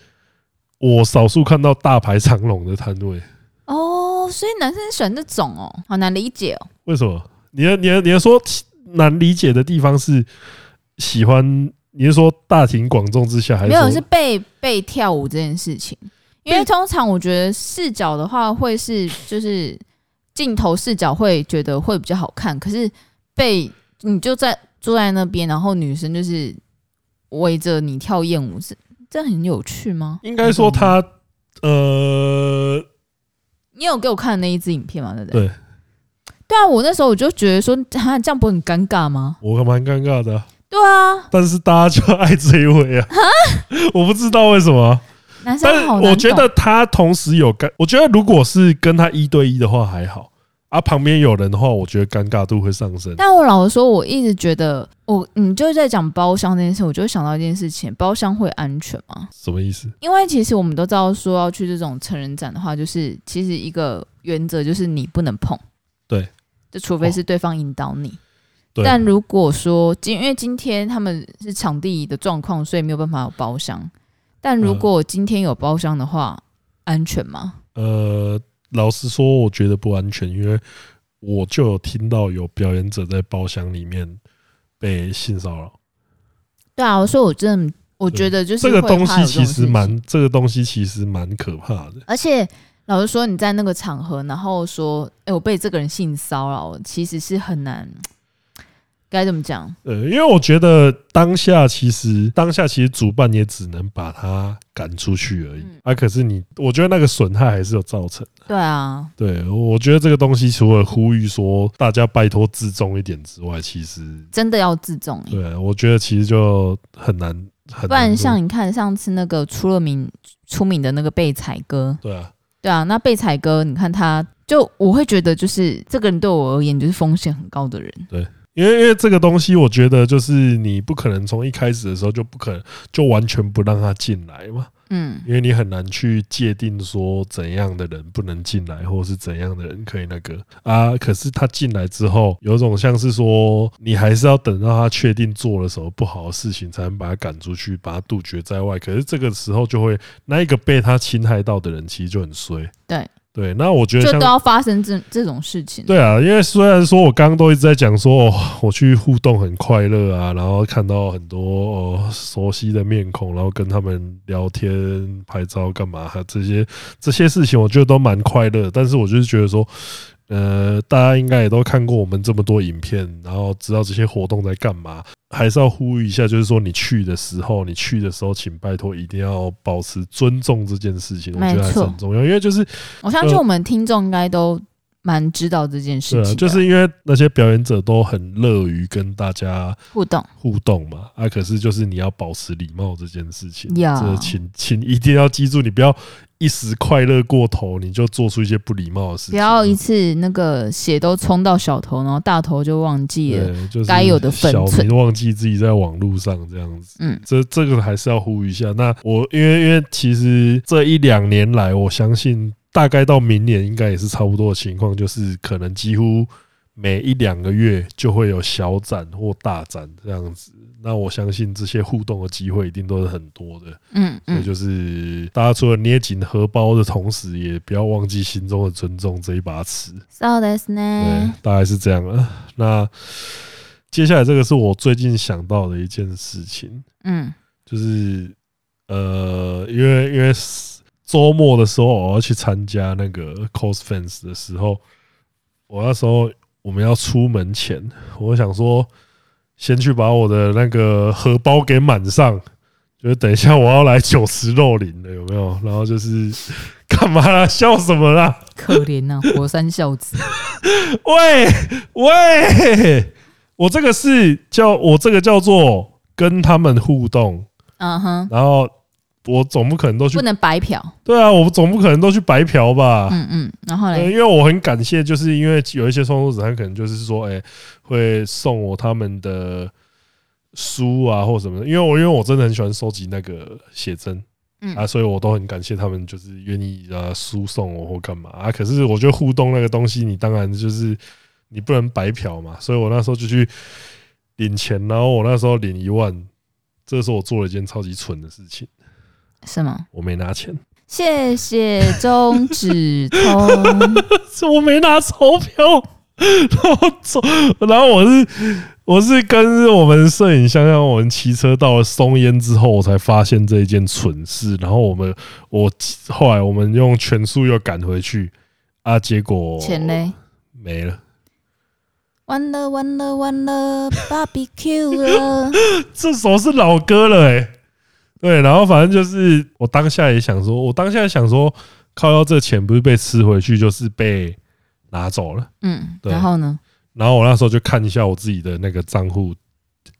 Speaker 1: 我少数看到大排长龙的摊位。
Speaker 2: 哦，所以男生喜欢这种哦，好难理解哦。
Speaker 1: 为什么？你的你的你的说难理解的地方是喜欢？你是说大庭广众之下，还是
Speaker 2: 没
Speaker 1: 说
Speaker 2: 有是被被跳舞这件事情，因为通常我觉得视角的话会是就是镜头视角会觉得会比较好看，可是被你就在坐在那边，然后女生就是围着你跳艳舞，是这很有趣吗？
Speaker 1: 应该说他
Speaker 2: 嗯
Speaker 1: 呃，
Speaker 2: 你有给我看那一支影片吗？对不对？
Speaker 1: 对
Speaker 2: 对啊，我那时候我就觉得说，哈，这样不会很尴尬吗？
Speaker 1: 我还蛮尴尬的啊、
Speaker 2: 对啊，
Speaker 1: 但是大家就爱这一位啊， 我不知道为什么，
Speaker 2: 男
Speaker 1: 但
Speaker 2: 生
Speaker 1: 是
Speaker 2: 好难
Speaker 1: 我觉
Speaker 2: 懂
Speaker 1: 得他同时有尴，我觉得如果是跟他一对一的话还好啊，旁边有人的话，我觉得尴尬度会上升。
Speaker 2: 但我老实说，我一直觉得我你就是在讲包厢这件事，我就会想到一件事情：包厢会安全吗？
Speaker 1: 什么意思？
Speaker 2: 因为其实我们都知道，说要去这种成人展的话，就是其实一个原则就是你不能碰，
Speaker 1: 对，
Speaker 2: 就除非是对方引导你。
Speaker 1: 对，啊
Speaker 2: 但如果说今因为今天他们是场地的状况，所以没有办法有包厢。但如果今天有包厢的话，安全吗？
Speaker 1: 呃，老实说，我觉得不安全，因为我就有听到有表演者在包厢里面被性骚扰。
Speaker 2: 对啊，所以我真的我觉得就是
Speaker 1: 这个
Speaker 2: 会怕有
Speaker 1: 东西
Speaker 2: 种
Speaker 1: 其
Speaker 2: 事
Speaker 1: 实
Speaker 2: 情
Speaker 1: 蛮，这个东西其实蛮可怕的。
Speaker 2: 而且老实说，你在那个场合，然后说“哎、我被这个人性骚扰”，其实是很难，该怎么讲？
Speaker 1: 呃，因为我觉得当下其实当下其实主办也只能把他赶出去而已、
Speaker 2: 嗯
Speaker 1: 啊。可是你，我觉得那个损害还是有造成。
Speaker 2: 对啊，
Speaker 1: 对，我觉得这个东西除了呼吁说大家拜托自重一点之外，其实
Speaker 2: 真的要自重、欸，
Speaker 1: 对啊我觉得其实就很难很难做。
Speaker 2: 不然像你看上次那个出了名出名的那个被采哥，
Speaker 1: 对啊，
Speaker 2: 对啊，那被采哥，你看他就我会觉得就是这个人对我而言就是风险很高的人，
Speaker 1: 因为因为这个东西，我觉得就是你不可能从一开始的时候就不可能就完全不让他进来嘛。
Speaker 2: 嗯，
Speaker 1: 因为你很难去界定说怎样的人不能进来，或是怎样的人可以那个啊。可是他进来之后，有种像是说，你还是要等到他确定做了什么不好的事情，才能把他赶出去，把他杜绝在外。可是这个时候就会，那一个被他侵害到的人，其实就很衰。
Speaker 2: 对
Speaker 1: 对，那我觉
Speaker 2: 就
Speaker 1: 得
Speaker 2: 都
Speaker 1: 像。
Speaker 2: 要发生这这种事情，
Speaker 1: 对啊，因为虽然说我刚刚都一直在讲说，哦，我去互动很快乐啊，然后看到很多哦熟悉的面孔，然后跟他们聊天、拍照干嘛，这些这些事情，我觉得都蛮快乐的。但是我就是觉得说，呃，大家应该也都看过我们这么多影片，然后知道这些活动在干嘛，还是要呼吁一下，就是说你去的时候，你去的时候，请拜托一定要保持尊重这件事情，我觉得还
Speaker 2: 没
Speaker 1: 是
Speaker 2: 错
Speaker 1: 很重要，因为就是
Speaker 2: 我相信
Speaker 1: 呃
Speaker 2: 我们听众应该都蛮知道这件事
Speaker 1: 对
Speaker 2: 情
Speaker 1: 啊，
Speaker 2: 的，
Speaker 1: 就是因为那些表演者都很乐于跟大家
Speaker 2: 互动，
Speaker 1: 互动嘛，啊，可是就是你要保持礼貌这件事情，
Speaker 2: 呀
Speaker 1: 这请请一定要记住，你不要一时快乐过头，你就做出一些不礼貌的事情，
Speaker 2: 不要一次那个血都冲到小头，然后大头就忘记了。
Speaker 1: 对，就是
Speaker 2: 该有的分
Speaker 1: 小
Speaker 2: 寸
Speaker 1: 明忘记自己在网络上这样子，
Speaker 2: 嗯，
Speaker 1: 这这个还是要呼吁一下。那我因为因为其实这一两年来，我相信大概到明年应该也是差不多的情况，就是可能几乎每一两个月就会有小展或大展这样子。那我相信这些互动的机会一定都是很多的，
Speaker 2: 嗯
Speaker 1: 所以
Speaker 2: 嗯，
Speaker 1: 就是大家除了捏紧荷包的同时，也不要忘记心中的尊重这一把尺。
Speaker 2: そうです
Speaker 1: 对
Speaker 2: ね。，
Speaker 1: 大概是这样了。那接下来这个是我最近想到的一件事情，
Speaker 2: 嗯
Speaker 1: 就是呃，因为因为周末的时候我要去参加那个 cos fans 的时候，我那时候我们要出门前，我想说先去把我的那个荷包给满上，就是等一下我要来酒池肉林了，有没有？然后就是 干嘛啦？笑什么啦？
Speaker 2: 可怜呐、火山孝 子，
Speaker 1: 喂喂，我这个是叫我这个叫做跟他们互动，
Speaker 2: 嗯哼，
Speaker 1: 然后我总不可能都去
Speaker 2: 不能白嫖，
Speaker 1: 对啊，我们总不可能都去白嫖吧？
Speaker 2: 嗯嗯，然后
Speaker 1: 呃
Speaker 2: 嘞，
Speaker 1: 因为我很感谢，就是因为有一些创作者，他可能就是说，哎、会送我他们的书啊，或什么的。因为我因为我真的很喜欢收集那个写真，
Speaker 2: 嗯
Speaker 1: 啊，所以我都很感谢他们，就是愿意啊输送我或干嘛啊。可是我觉得互动那个东西，你当然就是你不能白嫖嘛，所以我那时候就去领钱，然后我那时候领一万，这时候我做了一件超级蠢的事情，
Speaker 2: 是吗？
Speaker 1: 我没拿钱，
Speaker 2: 谢谢中指通，
Speaker 1: 是我没拿钞票， 然后走，然后我是我是跟我们摄影相像，我们骑车到了松烟之后，我才发现这一件蠢事。然后我们我后来我们用全速又赶回去啊，结果
Speaker 2: 钱嘞？
Speaker 1: 哦没了，
Speaker 2: 完了完了完了，barbecue 了，
Speaker 1: 这首是老歌了哎、对，然后反正就是我当下也想说，我当下也想说，靠腰这钱不是被吃回去，就是被拿走了。
Speaker 2: 嗯，
Speaker 1: 对
Speaker 2: 然后呢？
Speaker 1: 然后我那时候就看一下我自己的那个账户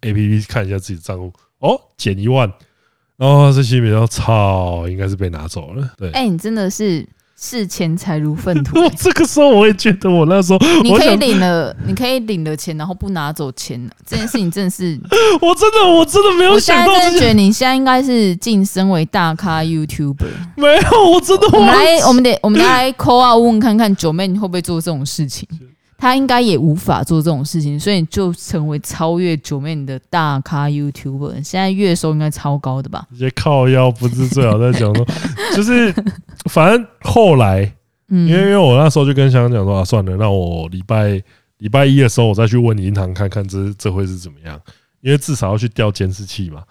Speaker 1: A P P，看一下自己的账户，哦，减一万，然后这些比较操，应该是被拿走了。对，
Speaker 2: 哎、你真的是视钱财如粪 土、
Speaker 1: 我
Speaker 2: 欸
Speaker 1: 这个时候我也觉得我那时候
Speaker 2: 你
Speaker 1: 我
Speaker 2: 可以
Speaker 1: 想
Speaker 2: 领了，你可以领了钱，然后不拿走钱，这件事情真的是，
Speaker 1: 我真的我真的没有
Speaker 2: 我现
Speaker 1: 想
Speaker 2: 在
Speaker 1: 到
Speaker 2: 真
Speaker 1: 这
Speaker 2: 的觉
Speaker 1: 些，
Speaker 2: 得你现在应该是晋升为大咖 YouTuber。
Speaker 1: 没有，我真的
Speaker 2: 我
Speaker 1: 我
Speaker 2: 们来，我们得，我们得来 call out 问看看九妹你会不会做这种事情。她应该也无法做这种事情，所以你就成为超越九妹你的大咖 YouTuber。现在月收应该超高的吧？
Speaker 1: 这些靠腰不是最好在讲说，就是反正后来，因为因
Speaker 2: 嗯，
Speaker 1: 为我那时候就跟香香讲说啊，算了，那我礼拜礼拜一的时候我再去问银行看看这这会是怎么样，因为至少要去调监视器嘛。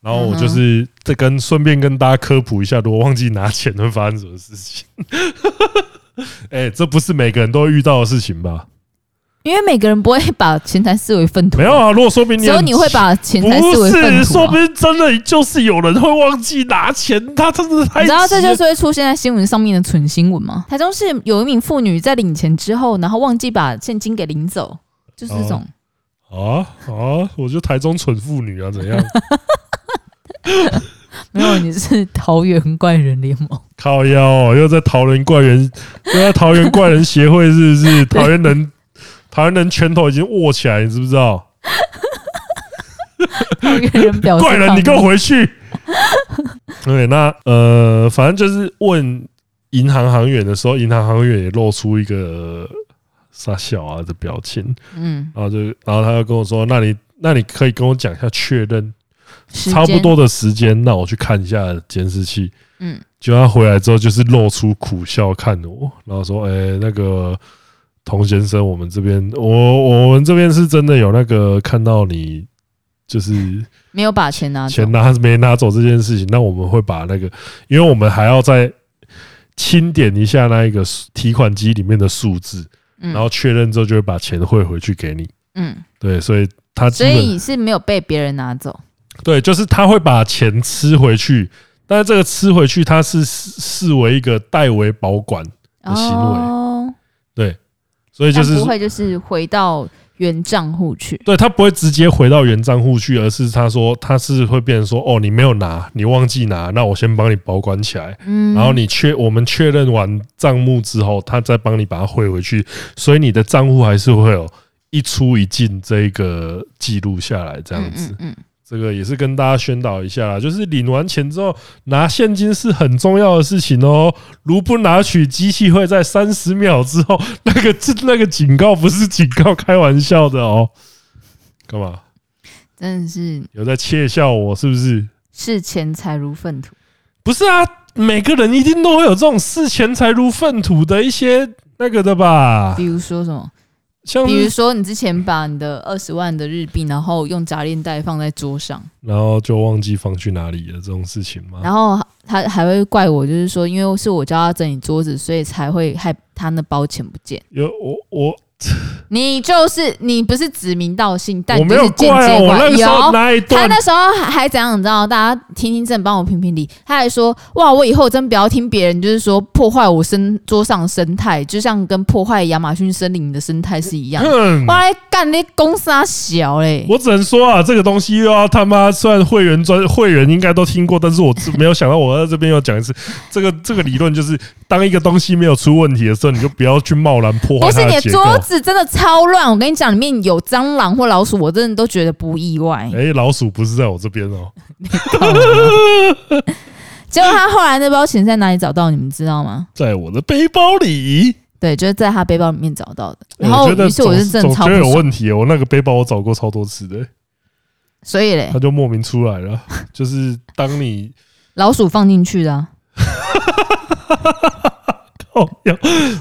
Speaker 1: 然后我
Speaker 2: 嗯哼
Speaker 1: 就是这跟顺便跟大家科普一下，如果忘记拿钱会发生什么事情。 哎、这不是每个人都会遇到的事情吧？
Speaker 2: 因为每个人不会把钱财视为粪土，
Speaker 1: 没有，啊，如果说明
Speaker 2: 只有你会把钱财视
Speaker 1: 不
Speaker 2: 为粪
Speaker 1: 是，
Speaker 2: 土、
Speaker 1: 说
Speaker 2: 啊
Speaker 1: 不。定真的就是有人会忘记拿钱，他真的太
Speaker 2: 你知道这
Speaker 1: 急
Speaker 2: 就
Speaker 1: 了
Speaker 2: 是会出现在新闻上面的蠢新闻吗？台中市有一名妇女在领钱之后，然后忘记把现金给领走，就是这
Speaker 1: 哦
Speaker 2: 种。
Speaker 1: 啊啊！我就台中蠢妇女啊，怎样？
Speaker 2: 没有，你是桃园怪人联 盟。
Speaker 1: 靠腰、哦，又在桃园怪人，又在桃园怪人协会，是不是？桃园人，桃园人拳头已经握起来，你知不知道？
Speaker 2: 桃园人表示
Speaker 1: 怪人，
Speaker 2: 抗
Speaker 1: 你给我
Speaker 2: 议
Speaker 1: 回去。对，那呃，反正就是问银行行员的时候，银行行员也露出一个呃傻笑啊的表情，
Speaker 2: 嗯，
Speaker 1: 然后就，然后他就跟我说：“那你，那你可以跟我讲一下确认
Speaker 2: 时
Speaker 1: 差不
Speaker 2: 间
Speaker 1: 多的时间，那我去看一下监视器。”
Speaker 2: 嗯，
Speaker 1: 就他回来之后，就是露出苦笑看我，然后说：“哎、那个童先生，我们这边，我我们这边是真的有那个看到你，就是
Speaker 2: 没有把钱拿走
Speaker 1: 钱。拿没拿走这件事情，那我们会把那个，因为我们还要再清点一下那一个数提款机里面的数字，
Speaker 2: 嗯
Speaker 1: 然后确认之后就会把钱汇回去给你。
Speaker 2: 嗯，
Speaker 1: 对，所以他基
Speaker 2: 所
Speaker 1: 本
Speaker 2: 以是没有被别人拿走。
Speaker 1: 对，就是他会把钱吃回去，但是这个吃回去，他是视视为一个代为保管。”的行为
Speaker 2: 哦，
Speaker 1: 所以就
Speaker 2: 但
Speaker 1: 是
Speaker 2: 不会就是回到原账户去。
Speaker 1: 对他不会直接回到原账户去，而是他说他是会变成说哦，你没有拿，你忘记拿，那我先帮你保管起来，
Speaker 2: 嗯，
Speaker 1: 然后你确我们确认完账目之后，他再帮你把它汇回去，所以你的账户还是会有一出一进这个记录下来，这样子
Speaker 2: 嗯。嗯嗯
Speaker 1: 这个也是跟大家宣导一下啦，就是领完钱之后拿现金是很重要的事情哦。如不拿取，机器会在三十秒之后，那个那个警告不是警告，开玩笑的哦。干嘛？
Speaker 2: 真的是
Speaker 1: 有在窃笑我是不是？
Speaker 2: 视钱财如粪土。
Speaker 1: 不是啊，每个人一定都会有这种视钱财如粪土的一些那个的吧
Speaker 2: 比？如说什么
Speaker 1: 像
Speaker 2: 比如
Speaker 1: 是
Speaker 2: 说你之前把你的二十万的日币，然后用夹链袋放在桌上，
Speaker 1: 然后就忘记放去哪里了这种事情吗？
Speaker 2: 然后他还会怪我，就是说因为是我教他整理桌子，所以才会害他那包钱不见。
Speaker 1: 有我我
Speaker 2: 你就是你不是指名道姓，但
Speaker 1: 我
Speaker 2: 你
Speaker 1: 没
Speaker 2: 就
Speaker 1: 有
Speaker 2: 是间
Speaker 1: 怪啊，
Speaker 2: 接
Speaker 1: 我那
Speaker 2: 怪。
Speaker 1: 个时候
Speaker 2: 有。
Speaker 1: 那一
Speaker 2: 他
Speaker 1: 段
Speaker 2: 那时候还还怎样，你知道？大家听听正，帮我评评理。他还说：“哇，我以后真不要听别人，就是说破坏我生桌上的生态，就像跟破坏亚马逊森林的生态是一样。”
Speaker 1: 哼
Speaker 2: 我来干那公司啊小嘞，
Speaker 1: 嗯我只能说啊，这个东西又要他妈，虽然会员专会员应该都听过，但是我自没有想到我在这边要讲一次。 这个这个理论就是，当一个东西没有出问题的时候，你就不要去贸然破坏
Speaker 2: 不是
Speaker 1: 它
Speaker 2: 你
Speaker 1: 的
Speaker 2: 的
Speaker 1: 结
Speaker 2: 桌
Speaker 1: 构。
Speaker 2: 子真的超乱，我跟你讲，里面有蟑螂或老鼠，我真的都觉得不意 外。
Speaker 1: 哎、老鼠不是在我这边哦、
Speaker 2: 结果他后来那包钱在哪里找到，你们知道吗？
Speaker 1: 在我的背包里。
Speaker 2: 对，就是在他背包里面找到的。然
Speaker 1: 我
Speaker 2: 后，
Speaker 1: 觉得
Speaker 2: 于是我
Speaker 1: 总
Speaker 2: 就真的
Speaker 1: 总
Speaker 2: 超
Speaker 1: 觉
Speaker 2: 不
Speaker 1: 得有
Speaker 2: 爽。
Speaker 1: 问题。我那个背包我找过超多次的，
Speaker 2: 所以嘞
Speaker 1: 它，就莫名出来了。就是当你
Speaker 2: 老鼠放进去的啊、
Speaker 1: 哦，要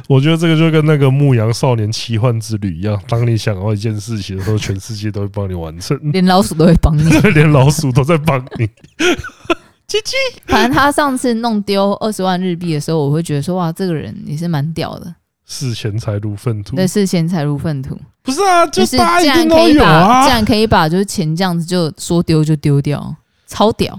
Speaker 1: 我觉得这个就跟那个《牧羊少年奇幻之旅》一样，当你想要一件事情的时候，全世界都会帮你完成。
Speaker 2: 连老鼠都会帮 你。
Speaker 1: 连老鼠都在帮你。 鸡鸡，
Speaker 2: 反正他上次弄丢二十万日币的时候，我会觉得说，哇，这个人也是蛮屌的，
Speaker 1: 视钱财如粪土，
Speaker 2: 对，是钱财如粪土，
Speaker 1: 不是啊，就
Speaker 2: 就是
Speaker 1: 大家一
Speaker 2: 竟然
Speaker 1: 定
Speaker 2: 可
Speaker 1: 都
Speaker 2: 以
Speaker 1: 有
Speaker 2: 把，竟
Speaker 1: 啊。
Speaker 2: 然可以把就是钱这样子就说丢就丢掉，超屌。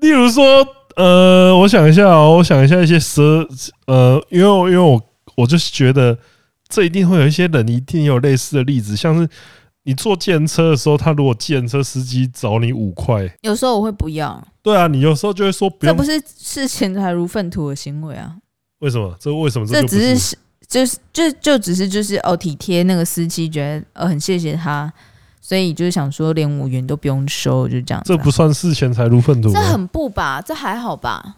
Speaker 1: 例如说，呃，我想一下哦，我想一下一些蛇，呃，因为我因为我我就是觉得这一定会有一些人一定有类似的例子，像是你坐电车的时候，他如果电车司机找你五块，
Speaker 2: 有时候我会不要，
Speaker 1: 对啊，你有时候就会说不
Speaker 2: 这
Speaker 1: 用
Speaker 2: 不，是视钱财如粪土的行为啊，
Speaker 1: 为什么？这为什么？
Speaker 2: 这
Speaker 1: 就不
Speaker 2: 只是就是就就只是就是哦体贴那个司机，觉得呃很谢谢他，所以就是想说连五元都不用收，就这样子
Speaker 1: 这
Speaker 2: 啊、
Speaker 1: 不算视钱财如粪土
Speaker 2: 这
Speaker 1: 吗？
Speaker 2: 很不吧？这还好吧？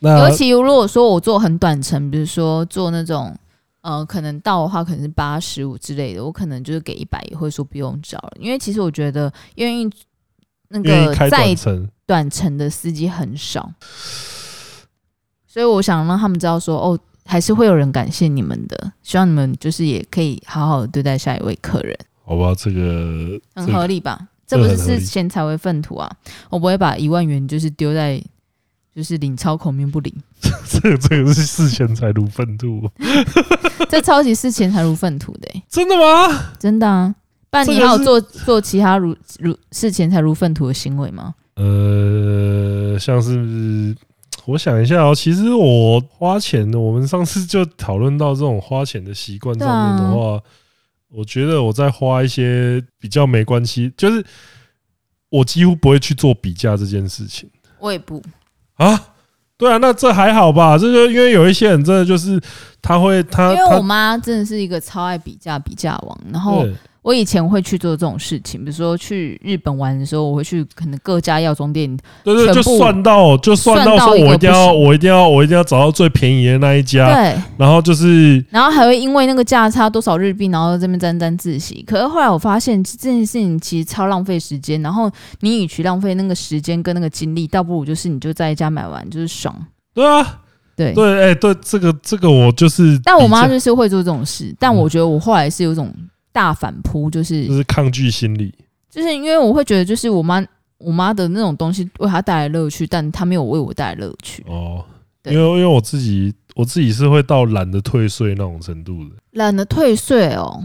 Speaker 1: 那
Speaker 2: 尤其如果说我坐很短程，比如说坐那种呃可能到的话可能是八十五之类的，我可能就是给一百也会说不用找了，因为其实我觉得愿意那
Speaker 1: 愿
Speaker 2: 个
Speaker 1: 意开
Speaker 2: 在
Speaker 1: 短程，
Speaker 2: 短程的司机很少，所以我想让他们知道说，哦，还是会有人感谢你们的，希望你们就是也可以好好地对待下一位客人，
Speaker 1: 好吧，这个这
Speaker 2: 很
Speaker 1: 个
Speaker 2: 合理吧？
Speaker 1: 这
Speaker 2: 这
Speaker 1: 个
Speaker 2: 不是
Speaker 1: 很合理
Speaker 2: 是钱财为粪土啊！我不会把一万元就是丢在就是领钞口面不领，
Speaker 1: 这个这个是视钱财如哦粪土，
Speaker 2: 这超级是钱财如粪土的、欸，
Speaker 1: 真的吗？
Speaker 2: 真的啊！不然
Speaker 1: 这
Speaker 2: 你
Speaker 1: 个
Speaker 2: 还有
Speaker 1: 是
Speaker 2: 做做其他如如视钱财如粪土的行为吗？
Speaker 1: 呃，像是我想一下哦，其实我花钱，我们上次就讨论到这种花钱的习惯上面的
Speaker 2: 啊
Speaker 1: 话，我觉得我在花一些比较没关系，就是我几乎不会去做比价这件事情。
Speaker 2: 我也不，
Speaker 1: 啊，对啊，那这还好吧？这就因为有一些人真的就是他会他
Speaker 2: 因为我
Speaker 1: 他
Speaker 2: 妈真的是一个超爱比价比价王，然后
Speaker 1: 对
Speaker 2: 我以前会去做这种事情，比如说去日本玩的时候，我会去可能各家药妆店，
Speaker 1: 对对，
Speaker 2: 全
Speaker 1: 就
Speaker 2: 部
Speaker 1: 算到就算到
Speaker 2: 算
Speaker 1: 说
Speaker 2: 到一个
Speaker 1: 我一定要
Speaker 2: 不行
Speaker 1: 我一定要我一定要找到最便宜的那一家，
Speaker 2: 对，啊
Speaker 1: 然后就是
Speaker 2: 然后还会因为那个价差多少日币，然后这边沾沾自喜。可是后来我发现这件事情其实超浪费时间，然后你与其浪费那个时间跟那个精力，倒不如就是你就在家买完就是爽，
Speaker 1: 对啊，
Speaker 2: 对。
Speaker 1: 对，哎，对这个这个我就是，
Speaker 2: 但我妈就是会做这种事，但我觉得我后来是有一种大反扑，就是
Speaker 1: 就是抗拒心理，
Speaker 2: 就是因为我会觉得，就是我妈我妈的那种东西为她带来乐趣，但她没有为我带来乐趣。
Speaker 1: 哦，因
Speaker 2: 对
Speaker 1: 为因为我自己我自己是会到懒得退税那种程度的，
Speaker 2: 懒得退税哦，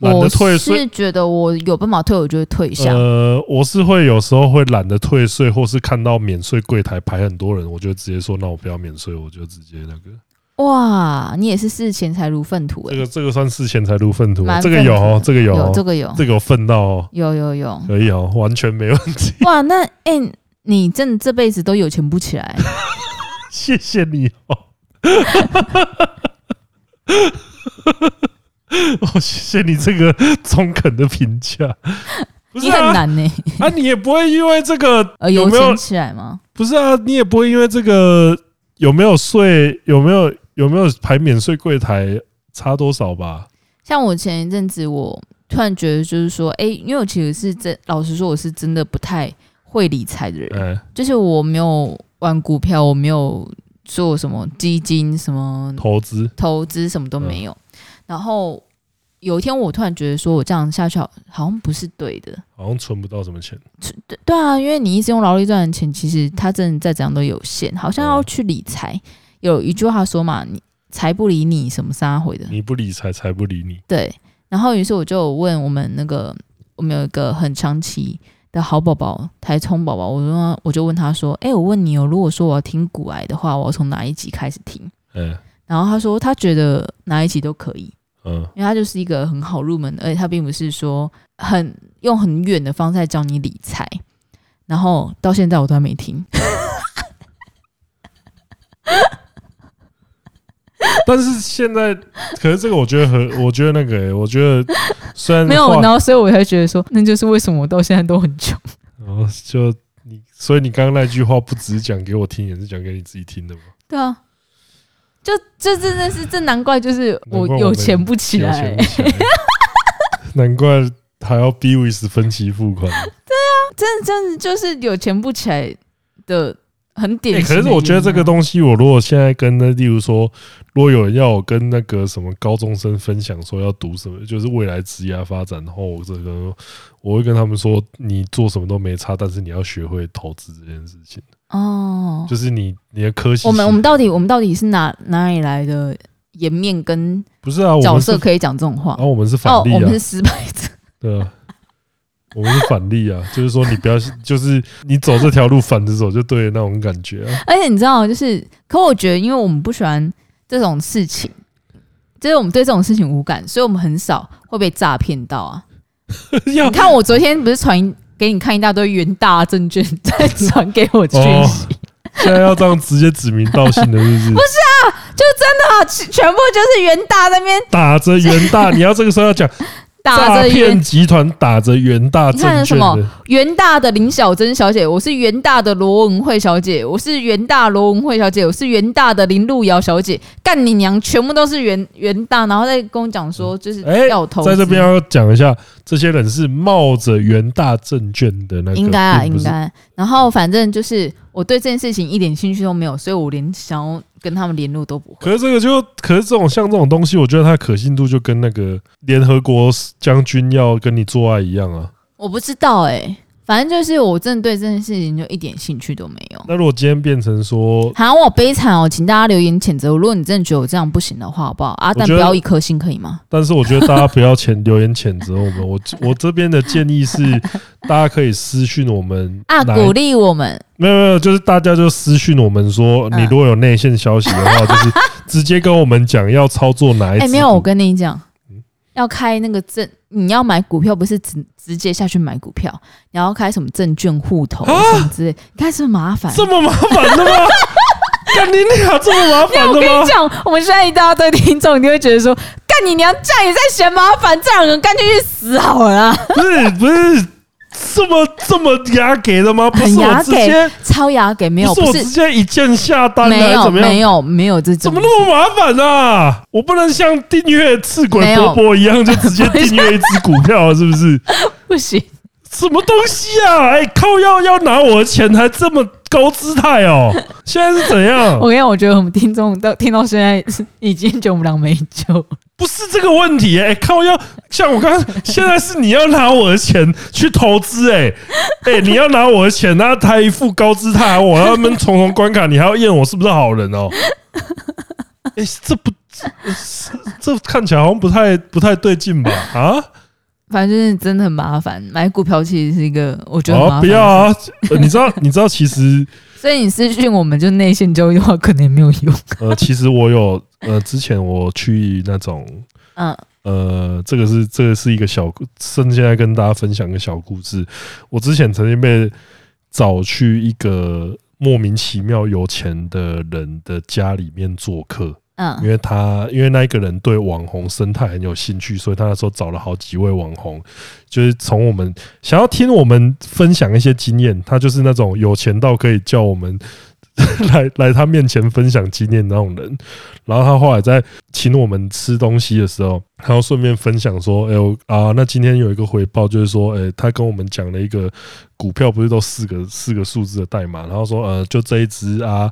Speaker 1: 懒得
Speaker 2: 我
Speaker 1: 退税
Speaker 2: 是觉得我有办法退，我就会退下。
Speaker 1: 呃，我是会有时候会懒得退税，或是看到免税柜台排很多人，我就直接说那我不要免税，我就直接那个。
Speaker 2: 哇，你也是视钱财如粪土
Speaker 1: 这
Speaker 2: 哎、
Speaker 1: 个这个算是钱财如粪土吗，
Speaker 2: 蛮
Speaker 1: 这个有哦，
Speaker 2: 粪土的
Speaker 1: 这个有
Speaker 2: 有
Speaker 1: 哦，
Speaker 2: 这个有
Speaker 1: 这个有粪到哦，
Speaker 2: 有有有，
Speaker 1: 可以哦，完全没问题。
Speaker 2: 哇，那哎、你真的这辈子都有钱不起来，
Speaker 1: 谢谢你哦， 哦，谢谢你这个中肯的评价。 不是
Speaker 2: 你很
Speaker 1: 啊，
Speaker 2: 难呢、欸
Speaker 1: 啊，你也不会因为这个
Speaker 2: 呃，
Speaker 1: 有
Speaker 2: 有
Speaker 1: 没有
Speaker 2: 钱起来吗？
Speaker 1: 不是啊，你也不会因为这个有没有税，有没有有没有排免税柜台差多少吧？
Speaker 2: 像我前一阵子，我突然觉得就是说，哎、因为我其实是真，老实说，我是真的不太会理财的人，
Speaker 1: 哎、
Speaker 2: 就是我没有玩股票，我没有做什么基金、什么
Speaker 1: 投资
Speaker 2: 投资，什么都没有。然后有一天，我突然觉得说我这样下去好好像不是对的。
Speaker 1: 好像存不到什么钱，
Speaker 2: 对对啊，因为你一直用劳力赚的钱，其实它真的再怎样都有限，好像要去理财。有一句话说嘛，你财不理你，什么杀回的。
Speaker 1: 你不理财，财不理你。
Speaker 2: 对，然后于是我就有问我们那个我们有一个很长期的好宝宝台聪宝宝，我就问他我就问他说，哎、我问你哦，如果说我要听古癌的话，我要从哪一集开始听？
Speaker 1: 嗯
Speaker 2: 然后他说他觉得哪一集都可以，
Speaker 1: 嗯
Speaker 2: 因为他就是一个很好入门的，而且他并不是说很用很远的方式来教你理财。然后到现在我都还没听，
Speaker 1: 但是现在，可是这个我觉得和我觉得那个、欸，我觉得虽然
Speaker 2: 没有，
Speaker 1: 话
Speaker 2: 然后所以我才觉得说，那就是为什么我到现在都很穷。
Speaker 1: 然后就你，所以你刚刚那句话不只是讲给我听，也是讲给你自己听的嘛。
Speaker 2: 对啊，就这真的是这难怪就是我
Speaker 1: 难怪我
Speaker 2: 有
Speaker 1: 们
Speaker 2: 钱不起
Speaker 1: 有钱
Speaker 2: 来、
Speaker 1: 不起来难怪还要逼 with 分期付 款。
Speaker 2: 真的真的就是有钱不起来的很典
Speaker 1: 欸
Speaker 2: 型的原因啊、
Speaker 1: 可是我觉得这个东西，我如果现在跟那，例如说，如果有人要我跟那个什么高中生分享说要读什么，就是未来职业发展后，这个我会跟他们说，你做什么都没差，但是你要学会投资这件事情，
Speaker 2: 哦，
Speaker 1: 就是你你的科系
Speaker 2: 我们我们
Speaker 1: 是
Speaker 2: 到底我们到底是哪哪里来的颜面跟
Speaker 1: 不是啊，我
Speaker 2: 角
Speaker 1: 们
Speaker 2: 色
Speaker 1: 是
Speaker 2: 可以讲这种话？
Speaker 1: 啊，我们是反
Speaker 2: 哦，
Speaker 1: 例
Speaker 2: 我
Speaker 1: 啊
Speaker 2: 们是，失败者。
Speaker 1: 对啊，我们是反例啊，就是说你不要，就是你走这条路反着走就对了那种感觉 啊。
Speaker 2: 而且你知道，就是，可我觉得，因为我们不喜欢这种事情，就是我们对这种事情无感，所以我们很少会被诈骗到啊。
Speaker 1: 要哦
Speaker 2: 你看，我昨天不是传给你看一大堆元大证券再传给我讯
Speaker 1: 哦
Speaker 2: 息，
Speaker 1: 现在要这样直接指名道姓的，是 不是？不是，
Speaker 2: 啊，全全部就是元大那边
Speaker 1: 打着元 大，你要这个时候要讲
Speaker 2: 打
Speaker 1: 诈
Speaker 2: 着元
Speaker 1: 骗集团打着元大
Speaker 2: 你看
Speaker 1: 证
Speaker 2: 有什
Speaker 1: 券
Speaker 2: 么
Speaker 1: 的，
Speaker 2: 元大的林小珍小姐，我是元大的罗文慧小姐，我是元大罗文慧小姐，我是元大的林路瑶小姐，干你娘，全部都是元元大，然后再跟我讲说就是
Speaker 1: 哎
Speaker 2: 要有投资、啊
Speaker 1: 在这边要讲一下，这些人是冒着元大证券的那个，
Speaker 2: 应该啊，
Speaker 1: 并不
Speaker 2: 应
Speaker 1: 是。
Speaker 2: 该。然后反正就是我对这件事情一点兴趣都没有，所以我连想要跟他们联络都不会。
Speaker 1: 可是这个就，可是这种像这种东西，我觉得它的可信度就跟那个联合国将军要跟你做爱一样啊。
Speaker 2: 我不知道哎、反正就是我真的对这件事情就一点兴趣都没有。
Speaker 1: 那如果今天变成说，
Speaker 2: 好，我好悲惨哦，请大家留言谴责我。如果你真的觉得我这样不行的话，好不好？阿
Speaker 1: 觉
Speaker 2: 蛋
Speaker 1: 得
Speaker 2: 不要一颗星可以吗？
Speaker 1: 但是我觉得大家不要谴留言谴责我们，我 我这边的建议 是，大家可以私讯我们
Speaker 2: 啊，
Speaker 1: 哪
Speaker 2: 鼓励我们，
Speaker 1: 没有没有，就是大家就私讯我们说，
Speaker 2: 嗯
Speaker 1: 你如果有内线消息的话，就是直接跟我们讲要操作哪一只
Speaker 2: 哎、
Speaker 1: 股。
Speaker 2: 没有，我跟你讲
Speaker 1: 嗯，
Speaker 2: 要开那个证，你要买股票不是直直接下去买股票，你要开什么证券户头
Speaker 1: 啊
Speaker 2: 什么之类，你看是不是麻烦。
Speaker 1: 这么麻烦的 吗？干你俩这么麻烦
Speaker 2: 我
Speaker 1: 的
Speaker 2: 跟你
Speaker 1: 吗？
Speaker 2: 讲，我们现在一大堆听众，你会觉得说，干你娘，这样也在嫌麻烦，这两个人干脆去死好了啊、
Speaker 1: 不是不是，这么这么雅给的吗？不
Speaker 2: 很
Speaker 1: 是我
Speaker 2: 牙
Speaker 1: 直
Speaker 2: 给
Speaker 1: 接，，
Speaker 2: 超牙给，没有，
Speaker 1: 不是我
Speaker 2: 不
Speaker 1: 直
Speaker 2: 是，
Speaker 1: 接一键下单的，
Speaker 2: 没
Speaker 1: 还是
Speaker 2: 有，
Speaker 1: 怎么样
Speaker 2: 没？有，没有这
Speaker 1: 怎
Speaker 2: 种，
Speaker 1: 么那么麻烦啊？我不能像订阅赤鬼
Speaker 2: 没有
Speaker 1: 波波一样就直接订阅一只股票， 是不是？
Speaker 2: 不行？
Speaker 1: 什么东西啊？哎、靠要要拿我的钱还这么高姿态哦？现在是怎样
Speaker 2: 我？跟你讲，我觉得我们听众到听到现在已经觉得我们俩没救了。
Speaker 1: 不是这个问题哎、靠要像我刚刚，现在是你要拿我的钱去投资哎哎，你要拿我的钱，那他一副高姿态，我要他们重重关卡，你还要验我是不是好人哦？哎、这不这这看起来好像不太不太对劲吧？啊？
Speaker 2: 反正就是真的很麻烦，买股票其实是一个我觉得很麻
Speaker 1: 哦，
Speaker 2: 烦、
Speaker 1: 不要啊！ 呃你知道你知道其实。
Speaker 2: 所以你私讯我们就内线交易的话，可能也没有用。
Speaker 1: 呃，其实我有呃，之前我去那种
Speaker 2: 嗯，
Speaker 1: 呃，这个是这个是一个小故，趁现在跟大家分享个小故事。我之前曾经被找去一个莫名其妙有钱的人的家里面做客，因
Speaker 2: 嗯，
Speaker 1: 为他因为那一个人对网红生态很有兴趣，所以他那时候找了好几位网红，就是从我们想要听我们分享一些经验，他就是那种有钱到可以叫我们 来来他面前分享经验的那种人。然后他后来在请我们吃东西的时候，还要顺便分享说：“哎、呦啊，那今天有一个回报，就是说，哎、他跟我们讲了一个股票不是都四个四个数字的代码，然后说，呃，就这一只啊。”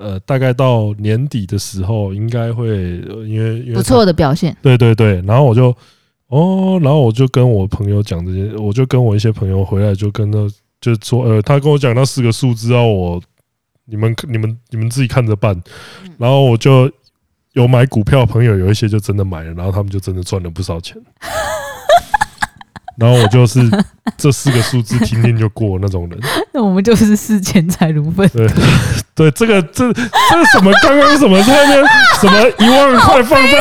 Speaker 1: 呃，大概到年底的时候，应该会呃因为因为他
Speaker 2: 不错的表现，
Speaker 1: 对对对，然后我就哦，然后我就跟我朋友讲这些，我就跟我一些朋友回来就跟他就说，呃，他跟我讲那四个数字啊，我你们你们你们自己看着办
Speaker 2: 嗯。
Speaker 1: 然后我就有买股票，朋友有一些就真的买了，然后他们就真的赚了不少钱。 然后我就是这四个数字听听就过那种人，
Speaker 2: 那 我们就是视钱财如粪。
Speaker 1: 对 这个这这个什么刚刚什么在那边什么一万块放在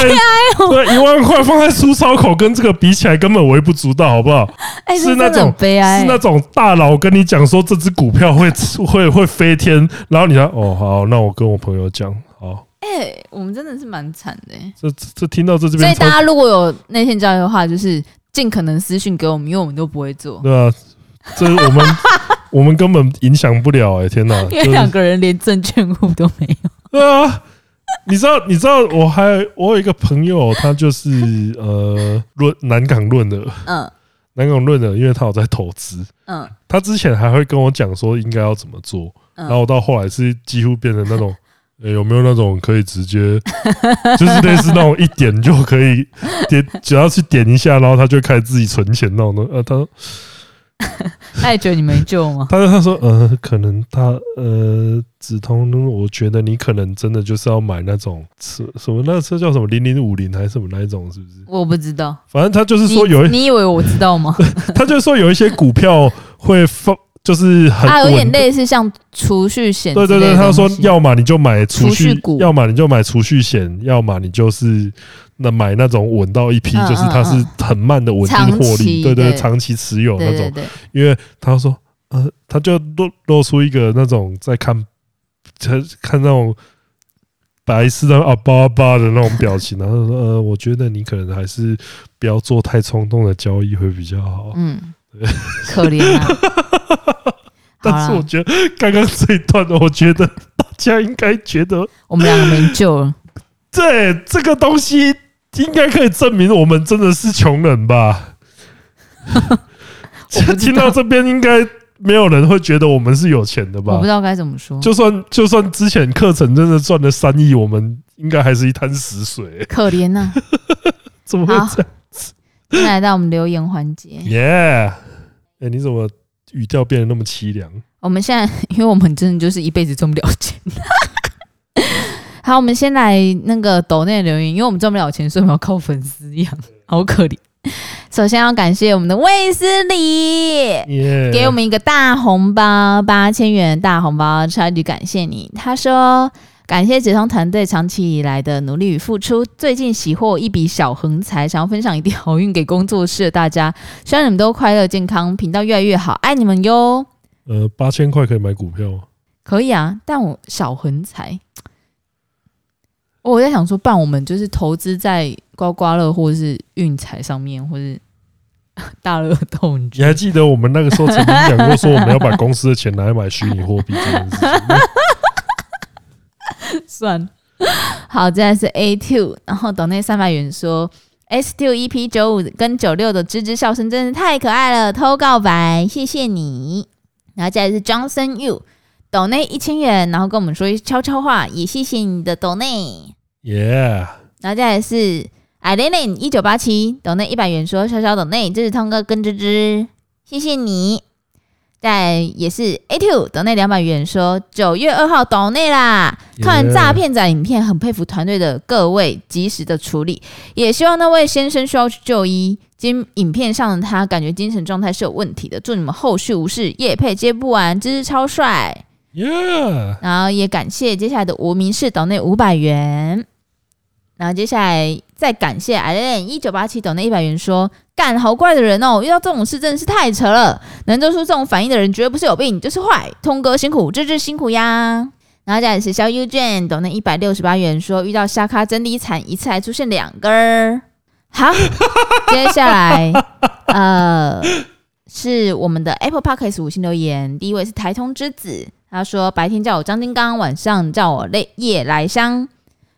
Speaker 2: 哦
Speaker 1: 对一万块放在苏烧口跟这个比起来根本微不足道，好不好？
Speaker 2: 哎，
Speaker 1: 是
Speaker 2: 这
Speaker 1: 那
Speaker 2: 真的很
Speaker 1: 种
Speaker 2: 悲哀
Speaker 1: 是，那种大佬跟你讲说这只股票会会会飞天，然后你说哦好，那我跟我朋友讲，好，
Speaker 2: 哎，我们真的是蛮惨的。哎
Speaker 1: 这这这听到这这
Speaker 2: 所
Speaker 1: 边
Speaker 2: 以
Speaker 1: 超
Speaker 2: 大家如果有内线交易的话，就是尽可能私讯给我们，因为我们都不会做，
Speaker 1: 对啊，这我们我们根本影响不了哎、天 哪！
Speaker 2: 因为
Speaker 1: 就是
Speaker 2: 两个人连证券户都没有。
Speaker 1: 对啊，你知道，你知道，我还我有一个朋友，他就是呃论南港论的
Speaker 2: 嗯
Speaker 1: 南港论的，因为他有在投资，
Speaker 2: 嗯
Speaker 1: 他之前还会跟我讲说应该要怎么做，然后
Speaker 2: 嗯，
Speaker 1: 我到后来是几乎变成那种。呃有没有那种可以直接， 就是类似那种一点就可以点，只要去点一下，然后他就开始自己存钱那种的。呃，他
Speaker 2: 他也觉得你没救吗？
Speaker 1: 他他说呃，可能他呃，紫通，我觉得你可能真的就是要买那种车什么，那车叫什么零零五零还是什么那一种，是不是？
Speaker 2: 我不知道，
Speaker 1: 反正他就是
Speaker 2: 你
Speaker 1: 说有一，
Speaker 2: 你以为我知道 吗？
Speaker 1: 他就是说有一些股票会放，就是很
Speaker 2: 啊，有点
Speaker 1: 稳定。
Speaker 2: 类似像储蓄险之
Speaker 1: 对
Speaker 2: 类的
Speaker 1: 对
Speaker 2: 东西。
Speaker 1: 对，他说要么你就买储
Speaker 2: 储蓄
Speaker 1: 蓄
Speaker 2: 股
Speaker 1: 要么你就买储蓄险，要么你就是那买那种稳到一批，
Speaker 2: 嗯
Speaker 1: 就是
Speaker 2: 嗯
Speaker 1: 它是很慢的稳定
Speaker 2: 长
Speaker 1: 获利，
Speaker 2: 期
Speaker 1: 对对，
Speaker 2: 对
Speaker 1: 长期持有那
Speaker 2: 对
Speaker 1: 种哦
Speaker 2: 对。对，
Speaker 1: 因为他说，呃，他就露露出一个那种在看，在看那种白痴的啊巴巴的那种表情，然后说，呃，我觉得你可能还是不要做太冲动的交易会比较好。
Speaker 2: 嗯，可怜 啊。好
Speaker 1: 但是我
Speaker 2: 啦，
Speaker 1: 觉得刚刚这一段，我觉得大家应该觉得，
Speaker 2: 我们两个没救了。
Speaker 1: 这这个东西应该可以证明我们真的是穷人吧？
Speaker 2: 我不知 道
Speaker 1: 听到这边，应该没有人会觉得我们是有钱的吧？
Speaker 2: 我不知道该怎么说，
Speaker 1: 就算就算之前课程真的赚了三亿，我们应该还是一滩死水、
Speaker 2: 可怜呐、啊。
Speaker 1: 怎么会这样
Speaker 2: 现在来到我们留言环节，
Speaker 1: 耶！哎、你怎么语调变得那么凄凉？
Speaker 2: 我们现在 因为我们真的就是一辈子赚不了钱。 好，我们先来那个抖内留言，因为我们赚不了钱，所以我们要靠粉丝养，好可怜。首先要感谢我们的卫斯理，
Speaker 1: 耶、
Speaker 2: 给我们一个大红包，八千元大红包，超级感谢你。他说。感谢子通团队长期以来的努力与付出，最近喜获一笔小横财，想要分享一点好运给工作室的大家。希望你们都快乐健康，频道越来越好，爱你们哟！
Speaker 1: 呃八千块可以买股票吗？
Speaker 2: 可以啊，但我小横财，我在想说，不然我们就是投资在刮刮乐或是运财上面，或是大乐透，你
Speaker 1: 你
Speaker 2: 觉
Speaker 1: 还
Speaker 2: 得？
Speaker 1: 记得我们那个时候曾经讲过，说我们要把公司的钱拿来买虚拟货币这件事情 吗？
Speaker 2: 算 了。好，再来是 A two，然后岛内三百元说哎 S two EP 九五跟九六的吱吱笑声真是太可爱了，偷告白，谢谢你。然后再来是 Johnson Yu，岛内一千元，然后跟我们说一悄悄话，也谢谢你的岛内。
Speaker 1: 耶！
Speaker 2: 然后再来是 i l e n 一九八七，岛内一百元说小小岛内，这是通哥跟芝芝，谢谢你。再来也是 A two 岛内两百元说九月二号岛内啦，看完诈骗仔影片，很佩服团队的各位及时的处理，也希望那位先生需要去就医。今影片上的他感觉精神状态是有问题的，祝你们后续无事，夜配接不完，芝芝超帅。
Speaker 1: 耶！
Speaker 2: 然后也感谢接下来的无名氏岛内五百元，然后接下来再感谢 i l e n 一九八七岛内一百元说，干好怪的人哦，遇到这种事真的是太扯了，能做出这种反应的人绝对不是有病就是坏，通哥辛苦，这志辛苦呀。然后再来是小 U 卷岛内一百六十八元说，遇到虾咖真的惨，一次还出现两根儿。好，接下来呃。是我们的 Apple Podcast 五星留言，第一位是台通之子，他说白天叫我张金刚，晚上叫我累夜来香。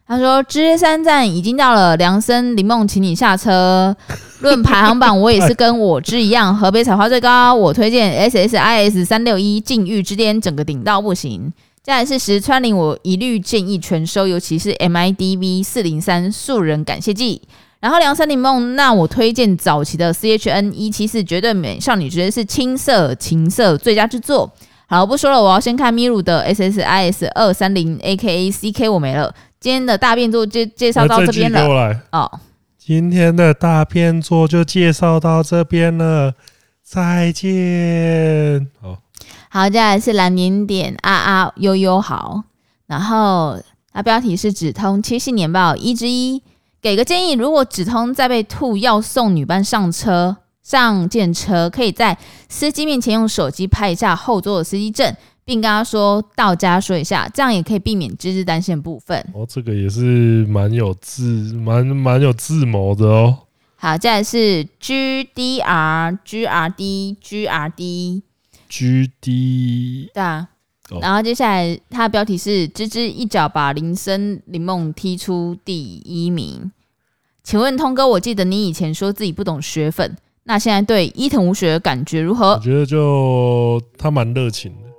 Speaker 2: 他说知三站已经到了，梁生林梦，请你下车。论排行榜，我也是跟我之一样，河北采花最高，我推荐 S S I S 三六一《禁欲之巅》，整个顶到不行。再来是石川林，我一律建议全收，尤其是 MIDV 四零三素人感谢祭。然后梁山林梦，那我推荐早期的 CHN 一七四绝对美少女之间是青涩情色最佳之作。好，不说了，我要先看咪露的 SSIS 二三零 AKA CK，我没了。今天的大变作介介绍
Speaker 1: 那
Speaker 2: 到
Speaker 1: 啊这
Speaker 2: 这
Speaker 1: 句
Speaker 2: 边
Speaker 1: 给
Speaker 2: 了
Speaker 1: 我来。
Speaker 2: 哦，
Speaker 1: 今天的大片作就介绍到这边了，再见。好，
Speaker 2: 好，接下来是蓝年点啊啊悠悠好，然后它标题是只通七夕年报一之一，给个建议，如果只通再被吐要送女伴上车上电车，可以在司机面前用手机拍一下后座的司机证，并跟他说到家说一下，这样也可以避免只字单线部分。
Speaker 1: 哦，这个也是蛮有智，蛮蛮有智谋的哦。
Speaker 2: 好，接下来是 G D R G R D G R D，
Speaker 1: G D
Speaker 2: 对啊。
Speaker 1: 哦
Speaker 2: 然后接下来，它的标题是“芝芝一脚把林森林梦踢出第一名”。请问通哥，我记得你以前说自己不懂雪粉，那现在对伊藤舞雪的感觉如
Speaker 1: 我
Speaker 2: 何？
Speaker 1: 觉得就他蛮热情的，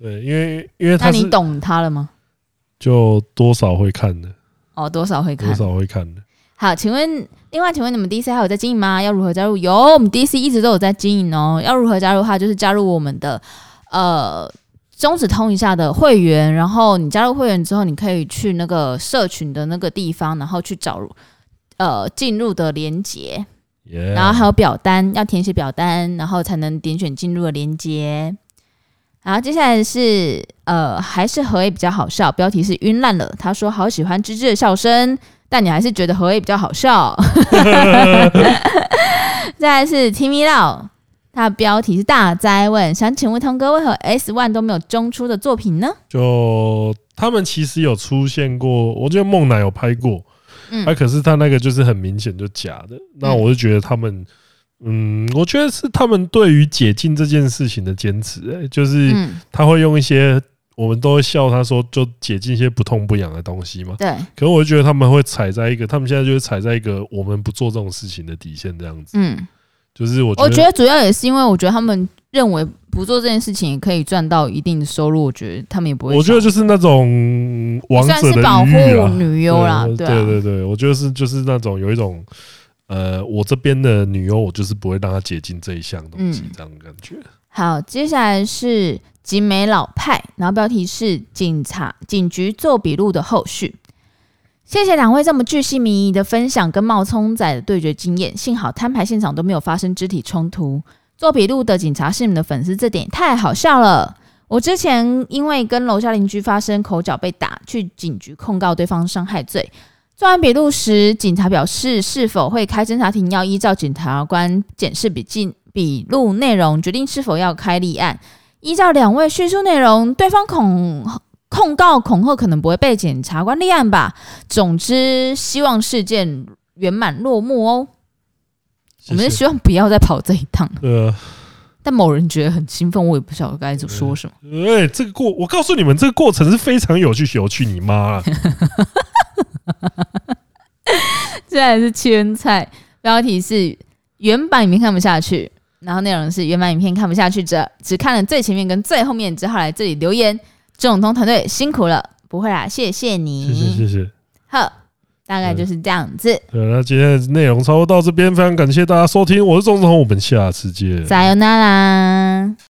Speaker 1: 对，因为因为
Speaker 2: 那
Speaker 1: 他
Speaker 2: 你
Speaker 1: 是
Speaker 2: 懂他了吗？
Speaker 1: 就多少会看的，
Speaker 2: 哦，多少会
Speaker 1: 多
Speaker 2: 看。
Speaker 1: 少会看的。
Speaker 2: 好，请问，另外请问你们 DC 还有在经营吗？要如何加入？有，我们 DC 一直都有在经营哦。要如何加入的话，就是加入我们的呃中指通一下的会员，然后你加入会员之后，你可以去那个社群的那个地方，然后去找呃进入的连接，
Speaker 1: 耶、
Speaker 2: 然后还有表单要填写表单，然后才能点选进入的连接。然后接下来是呃，还是何 A 比较好笑，标题是晕烂了。他说好喜欢芝芝的笑声，但你还是觉得何 A 比较好笑。 再来是 Timmy Lau，他的标题是大灾问，想请问汤哥为何 S One 都没有中出的作品呢？
Speaker 1: 就他们其实有出现过，我觉得梦奶有拍过，
Speaker 2: 嗯
Speaker 1: 啊，可是他那个就是很明显就假的。那我就觉得他们，嗯，我觉得是他们对于解禁这件事情的坚持、欸就是
Speaker 2: 嗯，
Speaker 1: 他会用一些我们都会笑他说就解禁一些不痛不痒的东西嘛。
Speaker 2: 对，
Speaker 1: 可是我就觉得他们会踩在一个，他们现在就是踩在一个我们不做这种事情的底线，这样子。
Speaker 2: 嗯，
Speaker 1: 就是我觉
Speaker 2: 我
Speaker 1: 得
Speaker 2: 觉得主要也是因为我觉得他们认为不做这件事情也可以赚到一定的收入，我觉得他们也不会想。
Speaker 1: 我觉得就是那种王
Speaker 2: 算
Speaker 1: 者的
Speaker 2: 是保
Speaker 1: 余欲
Speaker 2: 护
Speaker 1: 啊
Speaker 2: 女优啦，
Speaker 1: 对
Speaker 2: 啊，
Speaker 1: 对对，我觉得是就是那种有一种，呃，我这边的女优，我就是不会让她解禁这一项东西
Speaker 2: 嗯，
Speaker 1: 这样的感觉。
Speaker 2: 好，接下来是集美老派，然后标题是“警察警局做笔录的后续”。谢谢两位这么巨细靡遗的分享跟冒充仔的对决经验，幸好摊牌现场都没有发生肢体冲突。做笔录的警察是你们的粉丝，这点也太好笑了。我之前因为跟楼下邻居发生口角被打，去警局控告对方伤害罪。做完笔录时，警察表示是否会开侦查庭，要依照检察官检视笔记笔录内容决定是否要开立案。依照两位叙述内容，对方恐控告恐吓可能不会被检察官立案吧。总之，希望事件圆满落幕哦。我们是
Speaker 1: 谢谢
Speaker 2: 希望不要再跑这一趟，
Speaker 1: 呃，
Speaker 2: 但某人觉得很兴奋，我也不晓得该怎么说什么。
Speaker 1: 哎、这个过，我告诉你们，这个过程是非常有趣，有趣你妈 啊！
Speaker 2: 这还是圈菜，标题是原版影片看不下去，然后内容是原版影片看不下去者，只看了最前面跟最后面，只好来这里留言。郑永通团队辛苦了，不会啦，谢谢
Speaker 1: 谢
Speaker 2: 你。
Speaker 1: 谢谢谢。
Speaker 2: 好，大概就是这样子。
Speaker 1: 对，那今天的内容差不多到这边，非常感谢大家收听，我是钟子红，我们下次见。
Speaker 2: 撒由那啦。